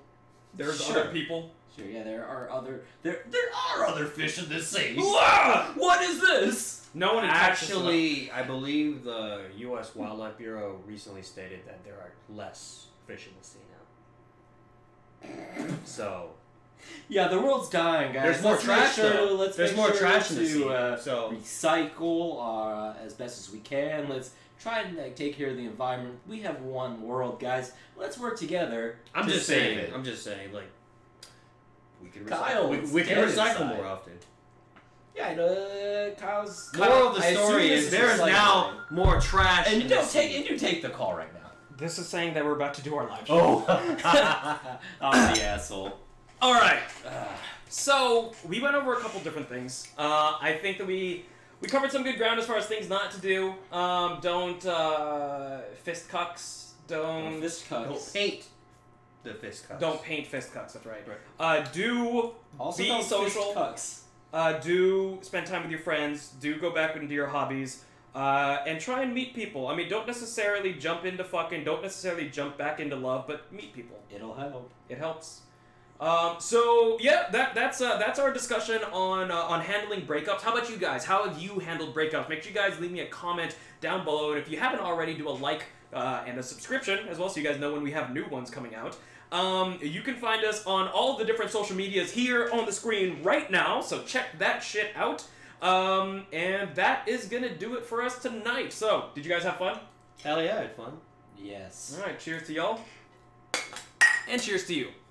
Speaker 2: There's
Speaker 3: Sure.
Speaker 2: other people.
Speaker 3: sure yeah, there are other there there are other fish in this sea.
Speaker 2: Wah!
Speaker 3: what is this?
Speaker 2: No one in Texas would-
Speaker 4: Actually, I believe the U.S. Wildlife Bureau recently stated that there are less fish in the sea now. So
Speaker 3: Yeah, the world's dying, guys.
Speaker 4: there's more
Speaker 3: Let's make
Speaker 4: trash.
Speaker 3: sure-
Speaker 4: though.
Speaker 3: let's
Speaker 4: there's
Speaker 3: make
Speaker 4: more
Speaker 3: sure
Speaker 4: trash in the
Speaker 3: to,
Speaker 4: sea.
Speaker 3: uh,
Speaker 4: so
Speaker 3: recycle uh, as best as we can. Let's try and like, take care of the environment. We have one world, guys. Let's work together.
Speaker 4: I'm
Speaker 3: to
Speaker 4: just
Speaker 3: save
Speaker 4: saying.
Speaker 3: it.
Speaker 4: I'm just saying. Like we can recycle.
Speaker 3: Kyle,
Speaker 4: we,
Speaker 3: it's
Speaker 4: we can
Speaker 3: dead
Speaker 4: recycle
Speaker 3: inside.
Speaker 4: more often.
Speaker 3: Yeah, I know. Uh, Kyle's.
Speaker 4: Moral of
Speaker 3: I
Speaker 4: the
Speaker 3: assume
Speaker 4: story
Speaker 3: this
Speaker 4: is there is
Speaker 3: recycling.
Speaker 4: now more trash.
Speaker 3: And
Speaker 4: in
Speaker 3: you
Speaker 4: the
Speaker 3: don't take
Speaker 4: sea.
Speaker 3: and you take the call right now.
Speaker 2: This is saying that we're about to do our live show.
Speaker 3: Oh,
Speaker 4: Oh.
Speaker 3: I'm the asshole.
Speaker 2: All right.
Speaker 3: Ah.
Speaker 2: So we went over a couple different things. Uh, I think that we we covered some good ground as far as things not to do. Um, don't uh, fist cucks. Don't
Speaker 3: Fist
Speaker 4: Don't
Speaker 3: cups.
Speaker 4: paint the fist cups.
Speaker 2: don't paint fist cucks. That's right.
Speaker 4: Right.
Speaker 2: Uh, do
Speaker 3: Also,
Speaker 2: Be
Speaker 3: don't
Speaker 2: social.
Speaker 3: Fist cucks.
Speaker 2: uh, do spend time with your friends. Do go back into your hobbies. Uh, and try and meet people. I mean, don't necessarily jump into fucking, don't necessarily jump back into love, but meet people.
Speaker 3: It'll help.
Speaker 2: It helps. Um, so yeah, that that's uh, that's our discussion on uh, on handling breakups. How about you guys? How have you handled breakups? Make sure you guys leave me a comment down below, and if you haven't already, do a like uh, and a subscription as well, so you guys know when we have new ones coming out. Um, you can find us on all the different social medias here on the screen right now, so check that shit out. Um, and that is gonna do it for us tonight. So, did you guys have fun?
Speaker 4: Hell yeah, I had fun.
Speaker 3: Yes.
Speaker 2: All right, cheers to y'all, and cheers to you.